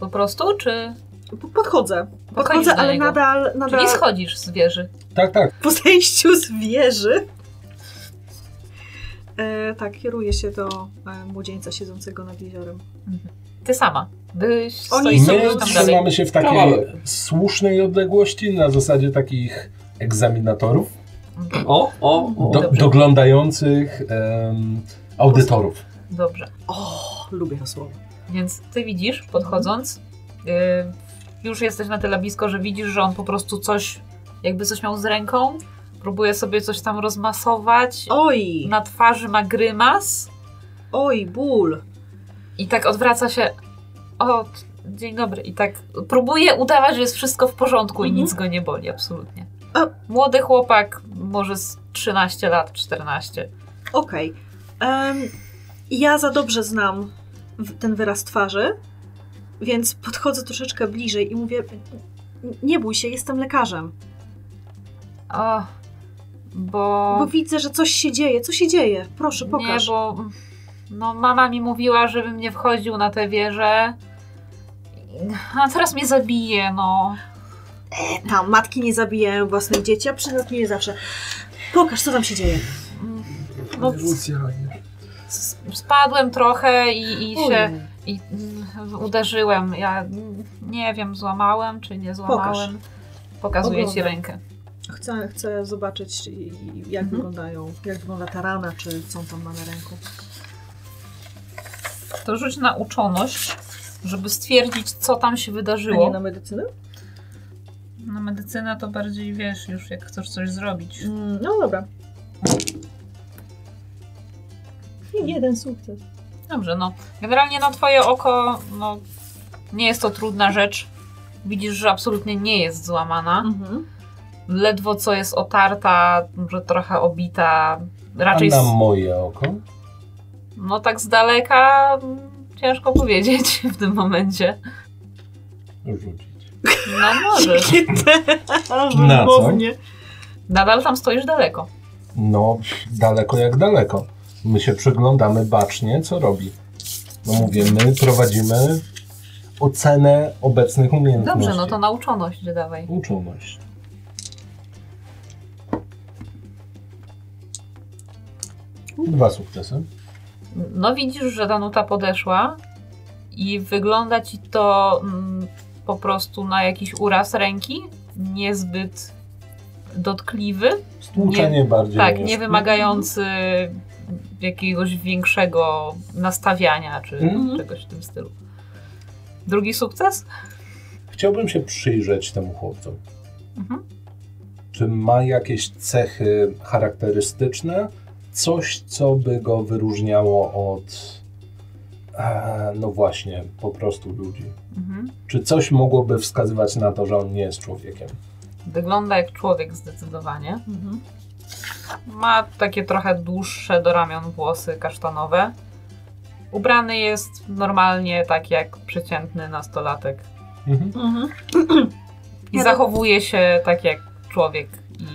Po prostu, czy,
Po- Podchodzę.
Podchodzisz
Podchodzę,
do
ale
niego.
nadal,
czy
nadal
nie schodzisz z wieży?
Tak, tak.
po zejściu z wieży. E, tak, kieruję się do e, młodzieńca siedzącego nad jeziorem.
Ty sama. Byś
Oni
stoisz
są
My
sobie tam dalej.
trzymamy się w takiej
Kawałek.
słusznej odległości na zasadzie takich egzaminatorów,
Okej,
O, o, o.
do,
Dobrze.
doglądających em, audytorów.
Dobrze.
O, lubię to słowo.
Więc ty widzisz, podchodząc, y, już jesteś na tyle blisko, że widzisz, że on po prostu coś, jakby coś miał z ręką, próbuje sobie coś tam rozmasować.
Oj,
Na twarzy ma grymas
oj, ból.
i tak odwraca się. O, dzień dobry. I tak próbuje udawać, że jest wszystko w porządku i
Mhm.
nic go nie boli, absolutnie.
A-
Młody chłopak, może z 13 lat, 14.
Okej. Em, ja za dobrze znam w- ten wyraz twarzy, więc podchodzę troszeczkę bliżej i mówię: "N- Nie bój się, jestem lekarzem,
O, bo...
bo widzę, że coś się dzieje. Co się dzieje? Proszę, pokaż.
Nie, bo no, mama mi mówiła, żebym nie wchodził na tę wieżę. A teraz mnie zabije, no.
E, tam matki nie zabijają własnych dzieci, a przynajmniej nie zawsze. Pokaż, co tam się dzieje.
no
Rewolucja, nie.
s- spadłem trochę i, i się
Ojej.
i, mm, uderzyłem. Ja mm, nie wiem, złamałem czy nie złamałem. Pokazuję ci
Oglądam.
rękę.
Chcę, chcę zobaczyć, i- i- jak
Mhm.
wyglądają, jak wygląda ta rana, czy co on tam ma na ręku.
to rzuć na uczoność, żeby stwierdzić, co tam się
No
wydarzyło. Na...
medycynę?
medycynę to bardziej wiesz już, jak chcesz coś zrobić.
no dobra. I jeden sukces.
Dobrze, no. Generalnie na twoje oko, no, nie jest to trudna rzecz. Widzisz, że absolutnie nie jest złamana.
Mhm.
Ledwo co jest otarta, może trochę obita. Raczej,
A na
s-
moje oko?
no tak z daleka, mm, ciężko powiedzieć w tym momencie.
Rzucić.
No możesz.
Na co?
Nadal tam stoisz daleko.
No, daleko jak daleko. My się przyglądamy bacznie, co robi. No mówię, my prowadzimy ocenę obecnych umiejętności.
Dobrze, no to nauczoność dawaj.
Uczoność. Dwa sukcesy.
No widzisz, że Danuta podeszła i wygląda ci to mm, po prostu na jakiś uraz ręki, niezbyt dotkliwy,
Stłuczenie bardziej.
tak,
niż-
nie wymagający jakiegoś większego nastawiania czy
Mhm.
czegoś w tym stylu. Drugi sukces?
Chciałbym się przyjrzeć temu chłopcu.
Mhm.
Czy ma jakieś cechy charakterystyczne? Coś, co by go wyróżniało od. E, no właśnie, po prostu ludzi.
Mhm.
Czy coś mogłoby wskazywać na to, że on nie jest człowiekiem?
Wygląda jak człowiek zdecydowanie.
Mhm.
Ma takie trochę dłuższe do ramion włosy kasztanowe. Ubrany jest normalnie tak jak przeciętny nastolatek.
Mhm.
I
Ja to-
zachowuje się tak jak człowiek i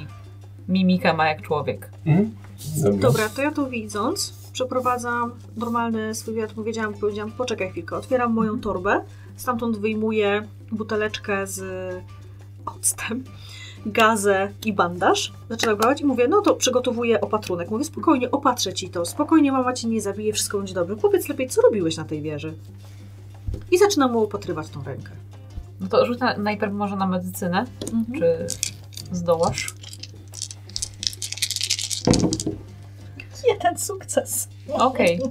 mimikę ma jak człowiek.
Mhm. Dobra.
Dobra, to ja to widząc, przeprowadzam normalny swój wywiad. Powiedziałam, powiedziałam, poczekaj chwilkę. Otwieram moją torbę, stamtąd wyjmuję buteleczkę z octem, gazę i bandaż. Zaczynam brać i mówię, no to przygotowuję opatrunek. Mówię, spokojnie, opatrzę ci to, spokojnie, mama cię nie zabije, wszystko będzie dobre. Powiedz lepiej, co robiłeś na tej wieży. I zaczynam mu opatrywać tą rękę.
No to rzuć na, najpierw może na medycynę,
Mhm.
czy zdołasz?
Jeden sukces.
Okej.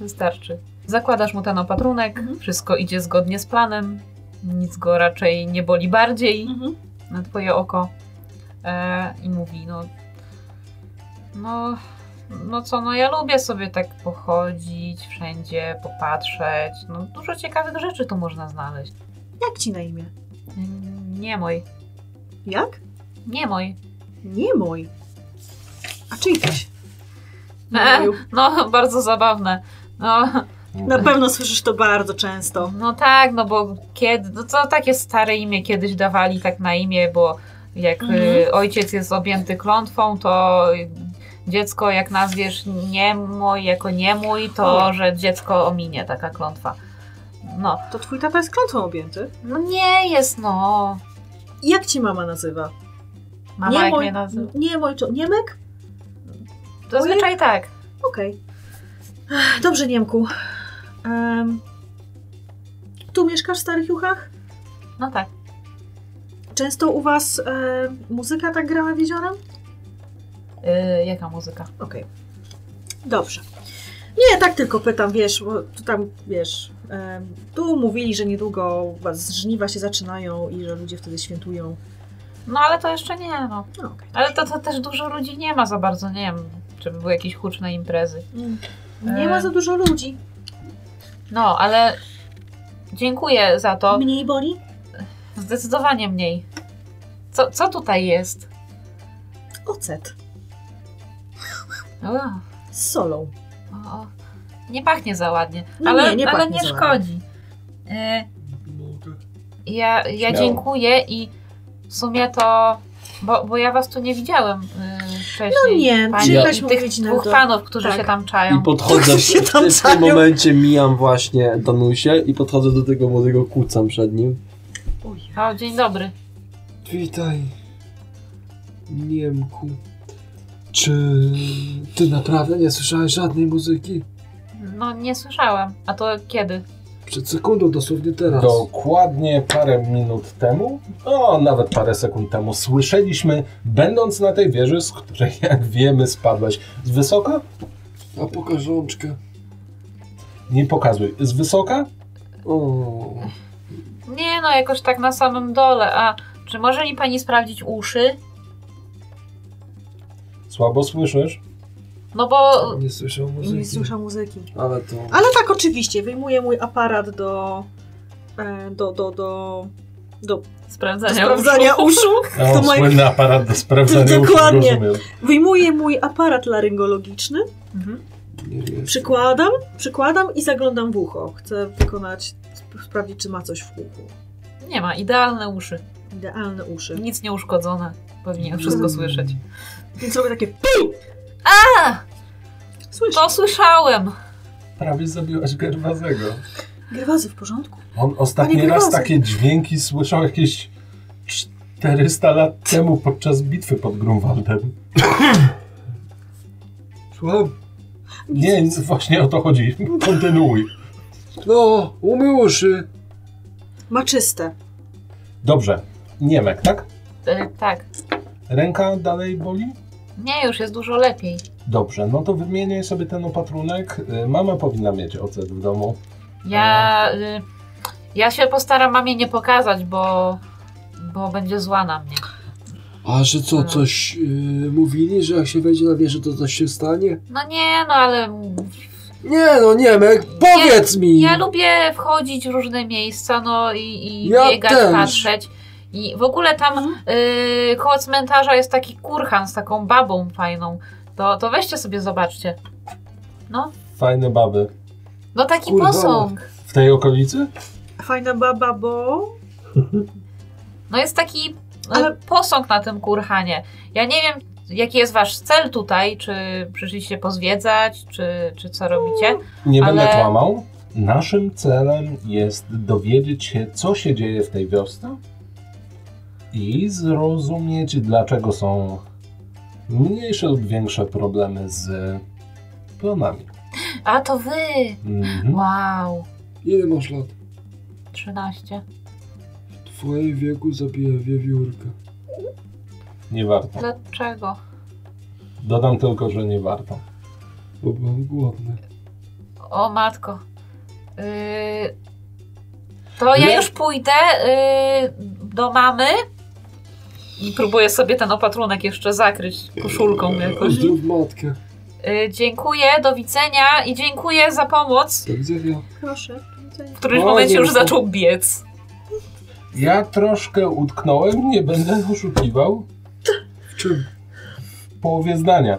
Wystarczy. Zakładasz mu ten opatrunek,
Mhm.
wszystko idzie zgodnie z planem, nic go raczej nie boli bardziej.
Mhm.
na twoje oko e, i mówi, no, no, no co, no ja lubię sobie tak pochodzić wszędzie, popatrzeć, no dużo ciekawych rzeczy tu można znaleźć.
Jak ci na imię?
Mm, Nie mój,
Jak?
nie mój.
Nie mój. A czyjś?
E, no, bardzo zabawne. No,
Na pewno słyszysz to bardzo często.
no tak, no bo kiedy, no to takie stare imię kiedyś dawali tak na imię, bo jak
Mhm.
y, ojciec jest objęty klątwą, to y, dziecko jak nazwiesz nie mój jako nie mój, to że dziecko ominie taka klątwa. No,
To twój tata jest klątwą objęty.
no nie jest no.
Jak ci mama nazywa?
Mama jak mnie nazywa.
Nie mój czo- Niemek?
Zazwyczaj tak.
Okej. Ech, Dobrze, Niemku. Em, tu mieszkasz w Starych Juchach?
No tak.
Często u was e, muzyka tak grała w jeziorem?
Y, jaka muzyka?
Okej. Dobrze. Nie, tak tylko pytam, wiesz, bo tu tam, wiesz, em, tu mówili, że niedługo was żniwa się zaczynają i że ludzie wtedy świętują.
No ale to jeszcze nie no.
No, okej.
Ale to, to też dużo ludzi nie ma za bardzo, nie wiem, czy by były jakieś huczne imprezy.
Mm. Nie ma
E.
za dużo ludzi.
No, ale dziękuję za to.
Mniej boli?
Zdecydowanie mniej. Co, co tutaj jest?
Ocet.
O,
Z solą.
o, nie pachnie za ładnie,
No
ale
nie, nie
ale
pachnie
nie
za ładnie.
szkodzi. Y,
Mogę.
ja ja
Śmiało.
dziękuję i w sumie to. Bo, bo ja was tu nie widziałem y, wcześniej.
No nie,
pani,
przyjechać
i tych
mówić na
dwóch
dół.
panów, którzy
Tak.
się tam
I
czają.
podchodzę,
się
w,
tam
tym- w tym
zajął.
momencie mijam właśnie Danusię i podchodzę do tego młodego kucam przed nim.
O, dzień dobry.
Witaj, Niemku. Czy ty naprawdę nie słyszałeś żadnej muzyki?
No nie słyszałem. A to kiedy?
Przed sekundą dosłownie teraz.
Dokładnie parę minut temu, o nawet parę sekund temu, słyszeliśmy, będąc na tej wieży, z której jak wiemy spadłeś z wysoka,
A pokaż rączkę.
Nie pokazuj. Z wysoka?
O,
Nie no, jakoś tak na samym dole. A czy może mi pani sprawdzić uszy?
Słabo słyszysz.
No bo
nie słyszał muzyki.
Nie słyszę muzyki.
Ale to...
Ale tak oczywiście, wyjmuję mój aparat do... e, do, do, do, do, do
sprawdzania,
sprawdzania
uszu.
uszu.
A on
To moi-
słynny aparat do sprawdzania uszu,
Dokładnie.
rozumiem.
Wyjmuję mój aparat laryngologiczny,
Mhm.
Nie wiem.
przykładam, przykładam i zaglądam w ucho. Chcę wykonać, sp- sprawdzić, czy ma coś w uchu.
Nie ma, idealne uszy.
Idealne uszy.
Nic nie uszkodzone.
Mhm.
Powinien wszystko słyszeć.
Więc robię takie...
A!
Słyszę.
To słyszałem!
Prawie zabiłaś Gerwazego.
Gerwazy w porządku?
On ostatni
Panie
raz
Gerwazy.
takie dźwięki słyszał jakieś 400 lat temu podczas bitwy pod Grunwaldem.
Słucham?
Nie, nic, właśnie o to chodzi. Kontynuuj.
No, umył uszy.
Ma czyste.
Dobrze. Niemek, tak?
E, tak.
Ręka dalej boli?
Nie, już jest dużo lepiej.
Dobrze, no to wymieniaj sobie ten opatrunek. Y, Mama powinna mieć ocet w domu.
Ja.
Mhm.
Y, ja się postaram mamie nie pokazać, bo. bo będzie zła na mnie.
A że
Tak.
co, coś yy, mówili, że jak się wejdzie na wieżę, to coś się stanie?
No nie, no ale.
Nie no, Niemek, powiedz mi!
Ja lubię wchodzić w różne miejsca, no i, i
Ja
biegać,
też. Mhm.
patrzeć. I w ogóle tam y, koło cmentarza jest taki kurhan z taką babą fajną. To, to weźcie sobie, zobaczcie.
Fajne baby.
No taki
Kurwa.
posąg.
W tej okolicy?
Fajna baba, bo...
No jest taki
Ale-
Ale... posąg na tym kurhanie. Ja nie wiem, jaki jest wasz cel tutaj, czy przyszliście pozwiedzać, czy, czy co robicie.
Nie będę
Ale-
kłamał. Naszym celem jest dowiedzieć się, co się dzieje w tej wiosce i zrozumieć, dlaczego są mniejsze lub większe problemy z plonami.
A to wy!
Mhm.
Wow,
Ile masz lat?
13.
W twoim wieku zabiję wiewiórkę.
Nie warto.
Dlaczego?
Dodam tylko, że nie warto.
Bo byłem głodny.
O matko. Yy, to ja
Nie.
już pójdę yy, do mamy i próbuję sobie ten opatrunek jeszcze zakryć koszulką
Y,
Mhm.
jakoś.
Pozdrów matkę.
Yy, dziękuję, do widzenia i dziękuję za pomoc.
Do widzenia.
Proszę.
W którymś
O,
momencie już
dziękuję.
zaczął biec.
Ja troszkę utknąłem, nie będę oszukiwał.
W czym?
w połowie zdania.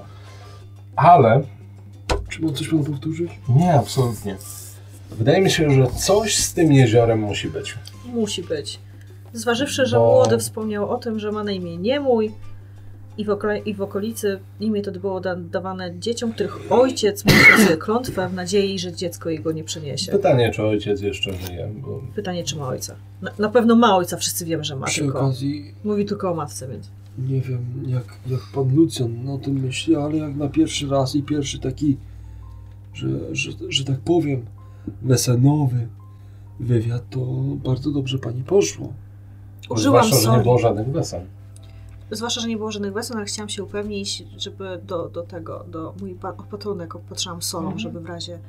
Ale
Czy ma coś pan powtórzyć?
nie, absolutnie. Wydaje mi się, że coś z tym jeziorem musi być.
Musi być. Zważywszy, że
Bo-
młody wspomniał o tym, że ma na imię nie mój i w, okole, i w okolicy imię to było da, dawane dzieciom, których ojciec mówił sobie klątwę w nadziei, że dziecko jego nie przeniesie.
Pytanie, czy ojciec jeszcze żyje, bo
Pytanie, czy ma ojca. Na, na pewno ma ojca, wszyscy wiemy, że ma,
Przy
tylko
okazji,
mówi tylko o matce, więc...
nie wiem jak, jak pan Lucjan o tym myśli, ale jak na pierwszy raz i pierwszy taki, że, że, że tak powiem, wesenowy wywiad, to bardzo dobrze pani poszło.
Użyłam
zwłaszcza, że
soli.
nie było żadnych wesen.
Zwłaszcza, że nie było żadnych wesen, ale chciałam się upewnić, żeby do, do tego, do mój pa- opatrunek opatrzyłam solą,
Mhm.
żeby w razie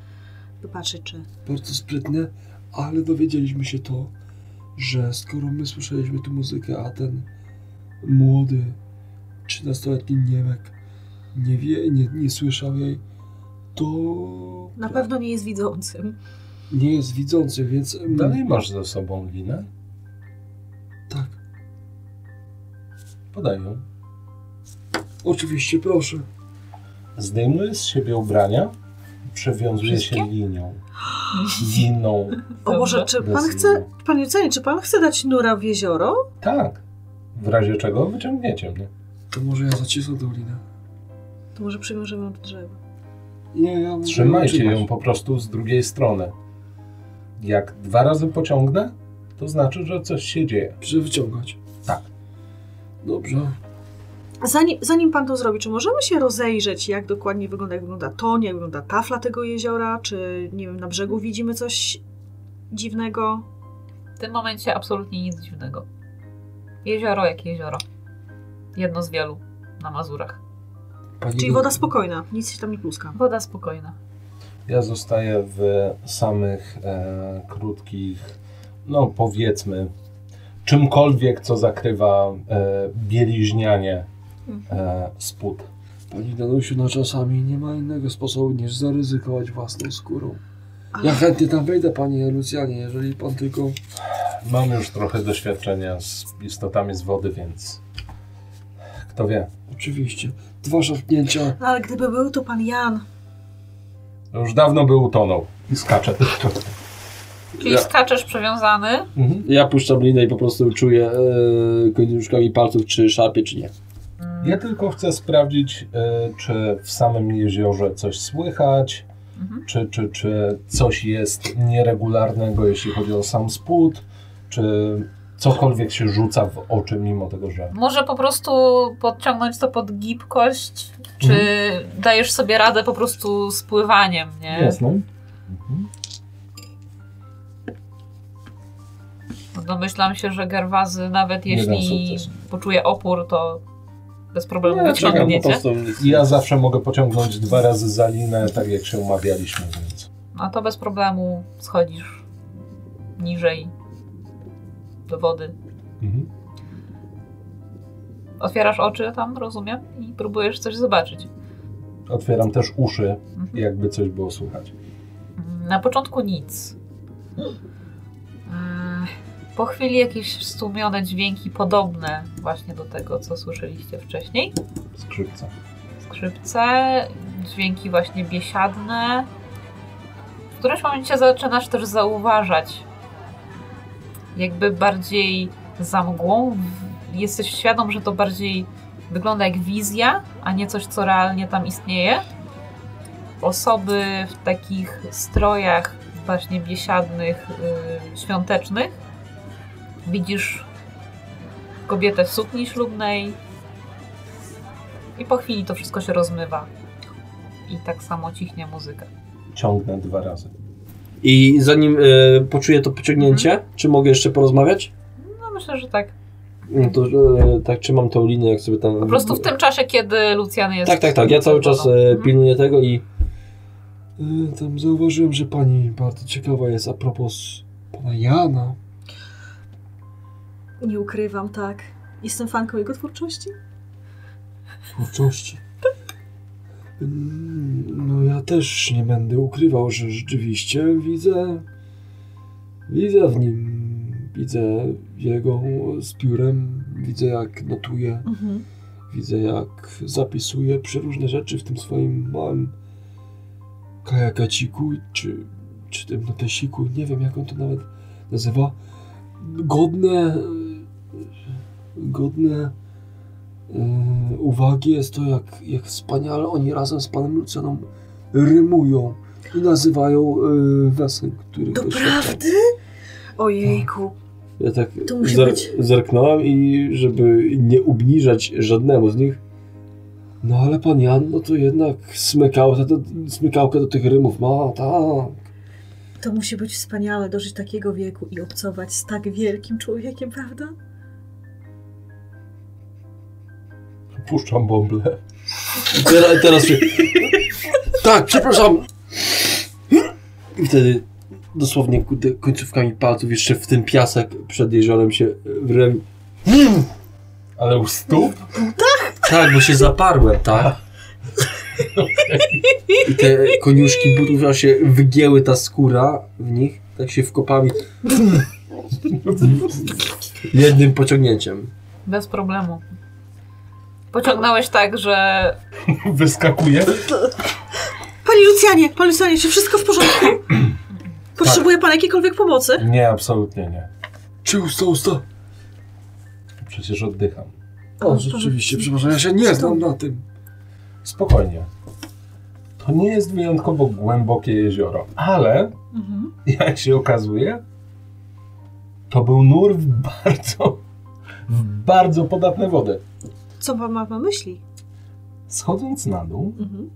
wypatrzeć, czy...
Bardzo sprytne, ale dowiedzieliśmy się to, że skoro my słyszeliśmy tu muzykę, a ten młody, 13-letni Niemek nie wie, nie, nie słyszał jej, to
Tak.
Na pewno nie jest widzącym.
nie jest widzący, więc... mm,
Dalej masz ze sobą linę?
Tak.
Podaj ją.
Oczywiście, proszę.
Zdejmuje z siebie ubrania, przewiązuje się
Wszystkie?
linią. Liną.
O Boże,
Dobrze.
czy
bez
pan chce...
liny.
Panie Lucenie, czy pan chce dać nura w jezioro?
Tak. W razie czego wyciągniecie mnie.
To może ja zacisnę tą linę.
To może przywiążemy od drzewa.
Nie, ja mogę
Trzymajcie
trzymać.
ją po prostu z drugiej strony. Jak dwa razy pociągnę, to znaczy, że coś się dzieje.
Że wyciągać.
Tak.
Dobrze.
Zanim, zanim pan to zrobi, czy możemy się rozejrzeć, jak dokładnie wygląda, jak wygląda ton, jak wygląda tafla tego jeziora, czy nie wiem, na brzegu widzimy coś dziwnego?
W tym momencie absolutnie nic dziwnego. Jezioro jak jezioro. Jedno z wielu na Mazurach.
Pani
Czyli woda spokojna, nic się tam nie pluska.
Woda spokojna.
Ja zostaję w samych e, krótkich, no powiedzmy, czymkolwiek, co zakrywa e, bieliźnianie e, spód.
Pani Danusiu, no czasami nie ma innego sposobu niż zaryzykować własną skórą.
Ale-
Ja chętnie tam wejdę, panie Lucjanie, jeżeli pan tylko...
Mam już trochę doświadczenia z istotami z wody, więc kto wie.
Oczywiście. Dwa szarpnięcia.
No, ale gdyby był to pan Jan.
Już dawno by utonął i skacze.
Czyli
Ja-
skaczesz przywiązany.
Mhm.
Ja puszczam linę i po prostu czuję e, końcówkami palców, czy szarpie, czy nie.
Ja tylko chcę sprawdzić, e, czy w samym jeziorze coś słychać,
Mhm.
czy, czy, czy coś jest nieregularnego, jeśli chodzi o sam spód, czy cokolwiek się rzuca w oczy, mimo tego, że.
Może po prostu podciągnąć to pod gibkość, czy
Mhm.
dajesz sobie radę po prostu z pływaniem, nie?
Mhm.
No Domyślam się, że Gerwazy nawet
Nie dam
jeśli
sukcesu.
poczuje opór, to bez problemu
Czekam po
wyciągniecie.
prostu.
Ja zawsze mogę pociągnąć dwa razy za linę, tak jak się umawialiśmy, więc.
No to bez problemu schodzisz niżej do wody.
Mhm.
Otwierasz oczy tam, rozumiem, i próbujesz coś zobaczyć.
Otwieram też uszy,
Mhm.
jakby coś było słychać.
Na początku nic. Mm, Po chwili jakieś stłumione dźwięki podobne właśnie do tego, co słyszeliście wcześniej.
Skrzypca.
Skrzypce, dźwięki właśnie biesiadne. W którymś momencie zaczynasz też zauważać, jakby bardziej za mgłą. w- Jesteś świadom, że to bardziej wygląda jak wizja, a nie coś, co realnie tam istnieje. Osoby w takich strojach właśnie biesiadnych, y, świątecznych. Widzisz kobietę w sukni ślubnej i po chwili to wszystko się rozmywa. I tak samo cichnie muzyka.
Ciągnę dwa razy.
I zanim e, poczuję to pociągnięcie, czy mogę jeszcze porozmawiać?
No myślę, że tak.
No to e, tak trzymam tą linię, jak sobie tam...
Po prostu w tym czasie, kiedy Lucjan jest...
Tak, tak, tak. Ja cały czas e,
Mhm.
pilnuję tego i...
Y, tam zauważyłem, że pani bardzo ciekawa jest a propos pana Jana.
Nie ukrywam, tak. Jestem fanką jego twórczości.
twórczości. Mm, No ja też nie będę ukrywał, że rzeczywiście widzę, widzę w nim, widzę jego z piórem, widzę jak notuje,
Mhm.
widzę jak zapisuje przeróżne rzeczy w tym swoim małym kajakaciku, czy, czy tym notesiku, nie wiem jak on to nawet nazywa, godne, godne Yy, uwagi jest to, jak, jak wspaniale oni razem z panem Luceną rymują i nazywają yy, wesel, który doświadczają.
Doprawdy? Ojejku.
Ja tak
To musi
zer-
być.
zerknąłem i żeby nie obniżać żadnemu z nich,
No ale pan Jan, no to jednak smykałkę do, smykałkę do tych rymów ma, tak.
To musi być wspaniale dożyć takiego wieku i obcować z tak wielkim człowiekiem, prawda?
Puszczam bąble.
Teraz, teraz się...
Tak, przepraszam. I wtedy dosłownie kurde, końcówkami palców jeszcze w tym piasek przed jeziorem się wrem...
Ale u stóp?
Tak, bo się zaparłem, tak? I te koniuszki butów aż się wygięły ta skóra w nich, tak się wkopami. Jednym pociągnięciem.
e,
Bez problemu. Pociągnąłeś tak, że
Wyskakuje.
Panie Lucjanie, panie Lucjanie, czy wszystko w porządku?
Tak.
Potrzebuje pan jakiejkolwiek pomocy?
Nie, absolutnie nie.
Czy usta, usta?
Przecież oddycham.
O, rzeczywiście, przepraszam, ja się nie znam na tym.
Spokojnie. To nie jest wyjątkowo głębokie jezioro, ale
Mhm.
jak się okazuje, to był nur w bardzo, w bardzo podatne wody.
Co pan ma na myśli?
Schodząc na dół,
Mhm.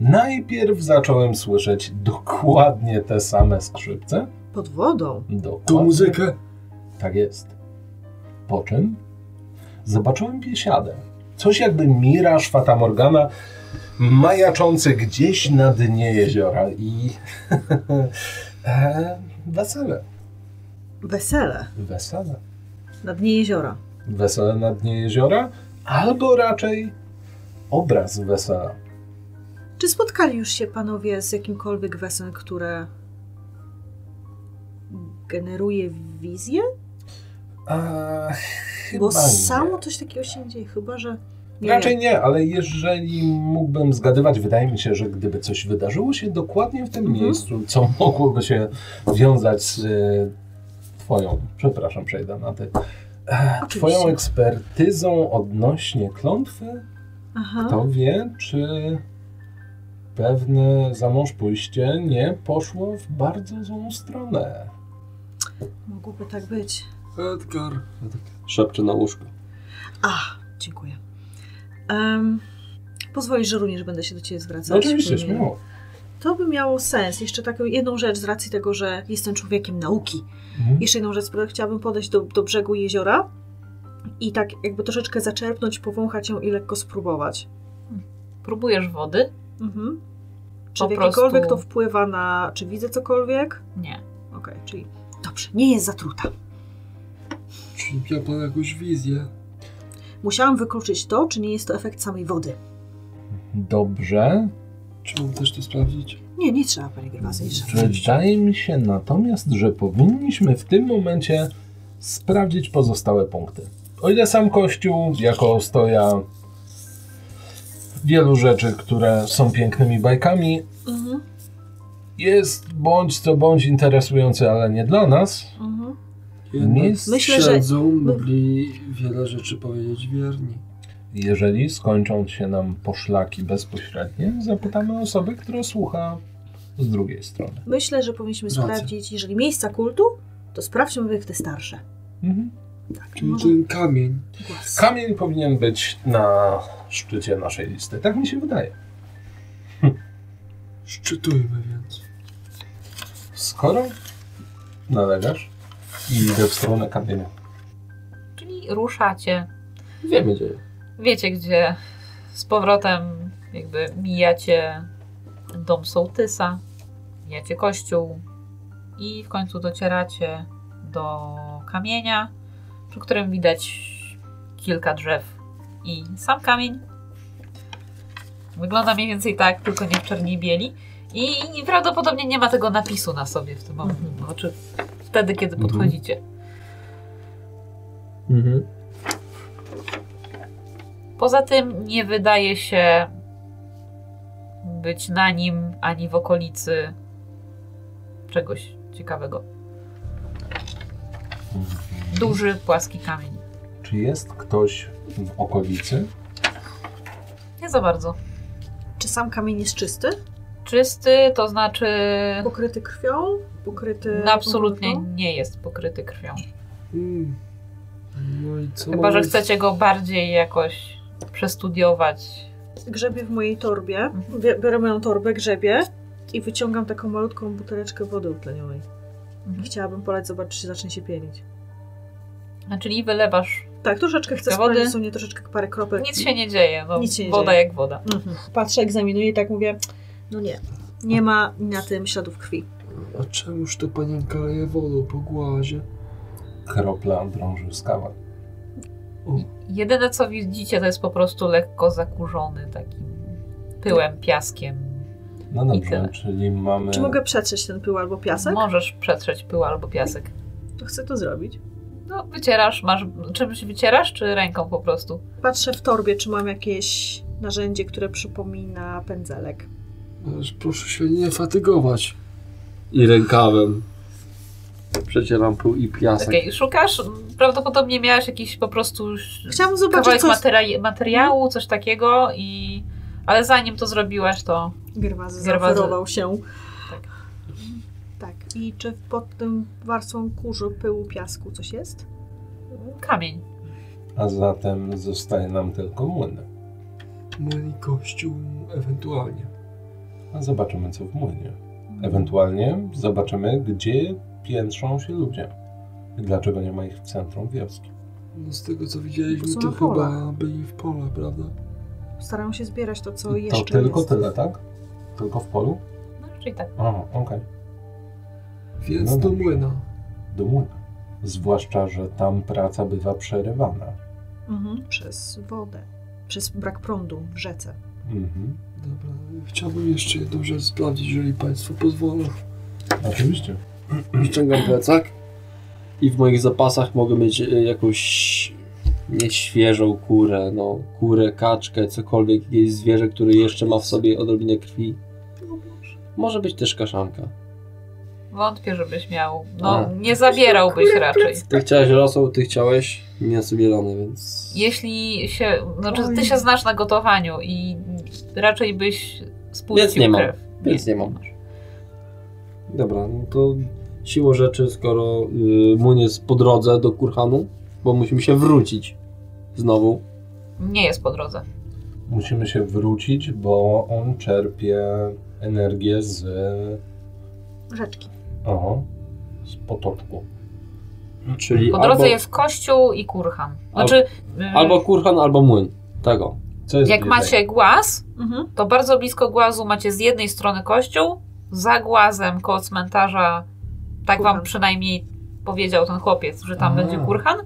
najpierw zacząłem słyszeć dokładnie te same skrzypce.
Pod wodą.
Tą
Dokładnie.
muzykę.
Tak jest. Po czym zobaczyłem piesiadę, Coś jakby miraż Fata Morgana majaczący gdzieś na dnie jeziora i e, wesele,
Wesele
wesele.
na dnie jeziora.
Wesele na dnie jeziora albo raczej obraz wesela.
Czy spotkali już się panowie z jakimkolwiek weselem, które generuje wizję?
A, chyba
Bo
nie.
samo coś takiego się nie dzieje, chyba że. Nie
Raczej
wiem.
nie, ale jeżeli mógłbym zgadywać, wydaje mi się, że gdyby coś wydarzyło się dokładnie w tym
Mhm.
miejscu, co mogłoby się wiązać z e, twoją, przepraszam, przejdę na ty, e,
Oczywiście.
twoją ekspertyzą odnośnie klątwy,
Aha.
kto wie, czy pewne za mąż pójście nie poszło w bardzo złą stronę.
Mogłoby tak być.
Edgar.
Szepcze na łóżko.
A, dziękuję. Um, pozwolisz, że również będę się do ciebie
No
zwracać.
oczywiście,
Mm,
śmiało.
To by miało sens. Jeszcze taką jedną rzecz z racji tego, że jestem człowiekiem nauki.
Mhm.
Jeszcze jedną rzecz, sprawę. chciałabym podejść do, do brzegu jeziora i tak jakby troszeczkę zaczerpnąć, powąchać ją i lekko spróbować.
Próbujesz wody?
Mhm. Czy
Po
w jakikolwiek
prostu-
to wpływa na... Czy widzę cokolwiek?
Nie.
Okej, czyli... Dobrze, nie jest zatruta.
Czy miał pan jakąś wizję?
Musiałam wykluczyć to, czy nie jest to efekt samej wody.
Dobrze.
Czy mam też to sprawdzić?
Nie, nie trzeba, panie Gerwazy, jeszcze raz.
Wydaje mi się natomiast, że powinniśmy w tym momencie sprawdzić pozostałe punkty. O ile sam Kościół, jako stoja wielu rzeczy, które są pięknymi bajkami,
Mhm,
jest bądź co bądź interesujący, ale nie dla nas.
mhm.
Miejsc,
Myślę, że...
Księdzą mogli wiele rzeczy powiedzieć wierni.
jeżeli skończą się nam poszlaki bezpośrednie, zapytamy osobę, która słucha z drugiej strony.
Myślę, że powinniśmy
Racja.
sprawdzić, jeżeli miejsca kultu, to sprawdźmy jak te starsze.
Mhm.
Tak,
Czyli
może
ten kamień.
głos.
Kamień powinien być na szczycie naszej listy. Tak mi się wydaje.
Szczytujmy więc.
Skoro nalegasz i
No.
idę w stronę kamienia.
Czyli ruszacie.
Wiemy gdzie.
Wiecie, gdzie z powrotem jakby mijacie dom sołtysa, mijacie kościół i w końcu docieracie do kamienia, przy którym widać kilka drzew i sam kamień. Wygląda mniej więcej tak, tylko nie w czerni i bieli. I prawdopodobnie nie ma tego napisu na sobie w tym momencie, znaczy wtedy, kiedy
Mhm.
podchodzicie.
Mhm.
Poza tym nie wydaje się być na nim ani w okolicy czegoś ciekawego.
Mhm.
Duży, płaski kamień.
Czy jest ktoś w okolicy?
Nie za bardzo.
Czy sam kamień jest czysty?
Czysty, to znaczy
Pokryty krwią? Pokryty...
no absolutnie nie jest pokryty krwią.
Mm. No i co?
Chyba, że
mamy-
chcecie go bardziej jakoś przestudiować.
Grzebię w mojej torbie.
Mhm.
Bie- Biorę moją torbę, grzebię i wyciągam taką malutką buteleczkę wody utlenionej.
Mhm.
Chciałabym polać, zobaczyć, czy zacznie się pienić.
A, Czyli Znaczy, wylewasz.
Tak, troszeczkę chcę
Te wody?
spalić, są nie troszeczkę parę kropel.
Nic się nie dzieje. No,
Nic się nie
woda
dzieje.
jak woda.
Mhm. Patrzę, egzaminuję i tak mówię, no nie. Nie ma na tym śladów krwi.
A czemuż to panienka leje wodą po głazie?
Kropla drąży w skałach.
Jedyne co widzicie to jest po prostu lekko zakurzony takim pyłem, piaskiem,
No
I tyle.
dobrze, czyli mamy...
Czy mogę przetrzeć ten pył albo piasek?
Możesz przetrzeć pył albo piasek.
To chcę to zrobić.
No, wycierasz, masz. Czymś wycierasz, czy ręką po prostu?
Patrzę w torbie, czy mam jakieś narzędzie, które przypomina pędzelek.
Ależ proszę się nie fatygować.
I rękawem. Przecieram pół i piasek.
Okej, szukasz? Prawdopodobnie miałaś jakiś po prostu ś-
Chciałam zobaczyć,
kawałek
co...
matera- materiału, coś takiego i. Ale zanim to zrobiłaś, to.
Gerwazy
Gerwazy.
zaoferował się.
Tak.
Tak. I czy pod tym warstwą kurzu, pyłu, piasku coś jest?
Kamień.
A zatem zostaje nam tylko młyn.
No i kościół ewentualnie.
A zobaczymy, co w młynie. Ewentualnie zobaczymy, gdzie piętrzą się ludzie. I dlaczego nie ma ich w centrum wioski.
No z tego co widzieliśmy,
Bo są
to
na polach.
chyba byli w pole, prawda?
Starają się zbierać to, co
To
jeszcze
tylko
jest.
tyle, tak? Tylko w polu?
No raczej tak.
A, okej.
Więc
No
do
dobrze.
młyna.
Do młyna. Zwłaszcza, że tam praca bywa przerywana.
Mhm. Przez wodę. Przez brak prądu w rzece.
Mhm.
Dobra, chciałbym jeszcze jedną rzecz sprawdzić, jeżeli Państwo pozwolą.
Oczywiście.
Wyciągam plecak i w moich zapasach mogę mieć e, jakąś nieświeżą kurę, no kurę, kaczkę, cokolwiek, jakieś zwierzę, które jeszcze ma w sobie odrobinę krwi. Może być też kaszanka.
Wątpię, żebyś miał. No,
A.
nie zabierałbyś raczej.
Ty chciałeś rosół, ty chciałeś niesubielony, więc...
Jeśli się. Znaczy, ty się znasz na gotowaniu i raczej byś spuścił
Więc nie mam.
krew.
Więc nie mam. Dobra, no to siłą rzeczy, skoro y, Mun jest po drodze do Kurhanu, bo musimy się wrócić znowu.
Nie jest po drodze.
Musimy się wrócić, bo on czerpie energię z,
Rzeczki.
aha, z potoczku.
Czyli
Po drodze
albo,
jest kościół i kurhan. Znaczy, y,
albo Kurhan, albo Tak Młyn. Tego.
Co jest
jak
bliżej?
macie głaz,
Mhm.
to bardzo blisko głazu macie z jednej strony kościół, za głazem koło cmentarza, tak
Kurhan.
wam przynajmniej powiedział ten chłopiec, że tam
A.
będzie kurhan,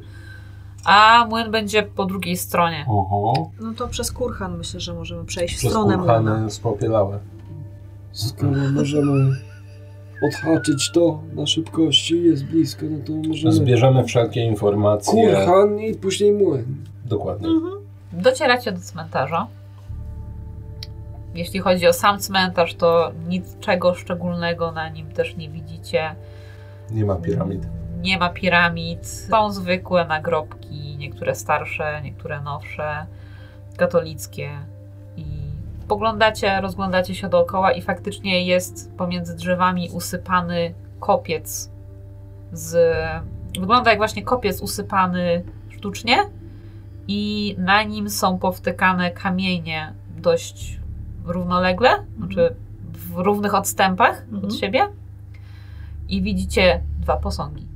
a młyn będzie po drugiej stronie.
Oho,
No to przez kurhan myślę, że możemy przejść w
przez
stronę młyna.
kurhany spopielałe.
Skoro możemy odhaczyć to na szybkości, jest blisko, no to możemy...
Zbierzemy wszelkie informacje.
Kurhan i później młyn.
Dokładnie.
Mhm.
Docieracie do cmentarza. Jeśli chodzi o sam cmentarz, to niczego szczególnego na nim też nie widzicie.
Nie ma piramid.
Nie ma piramid. Są zwykłe nagrobki, niektóre starsze, niektóre nowsze, katolickie. I poglądacie, rozglądacie się dookoła i faktycznie jest pomiędzy drzewami usypany kopiec z... Wygląda jak właśnie kopiec usypany sztucznie i na nim są powtykane kamienie dość równolegle, znaczy w równych odstępach
Mhm.
od siebie. I widzicie dwa posągi.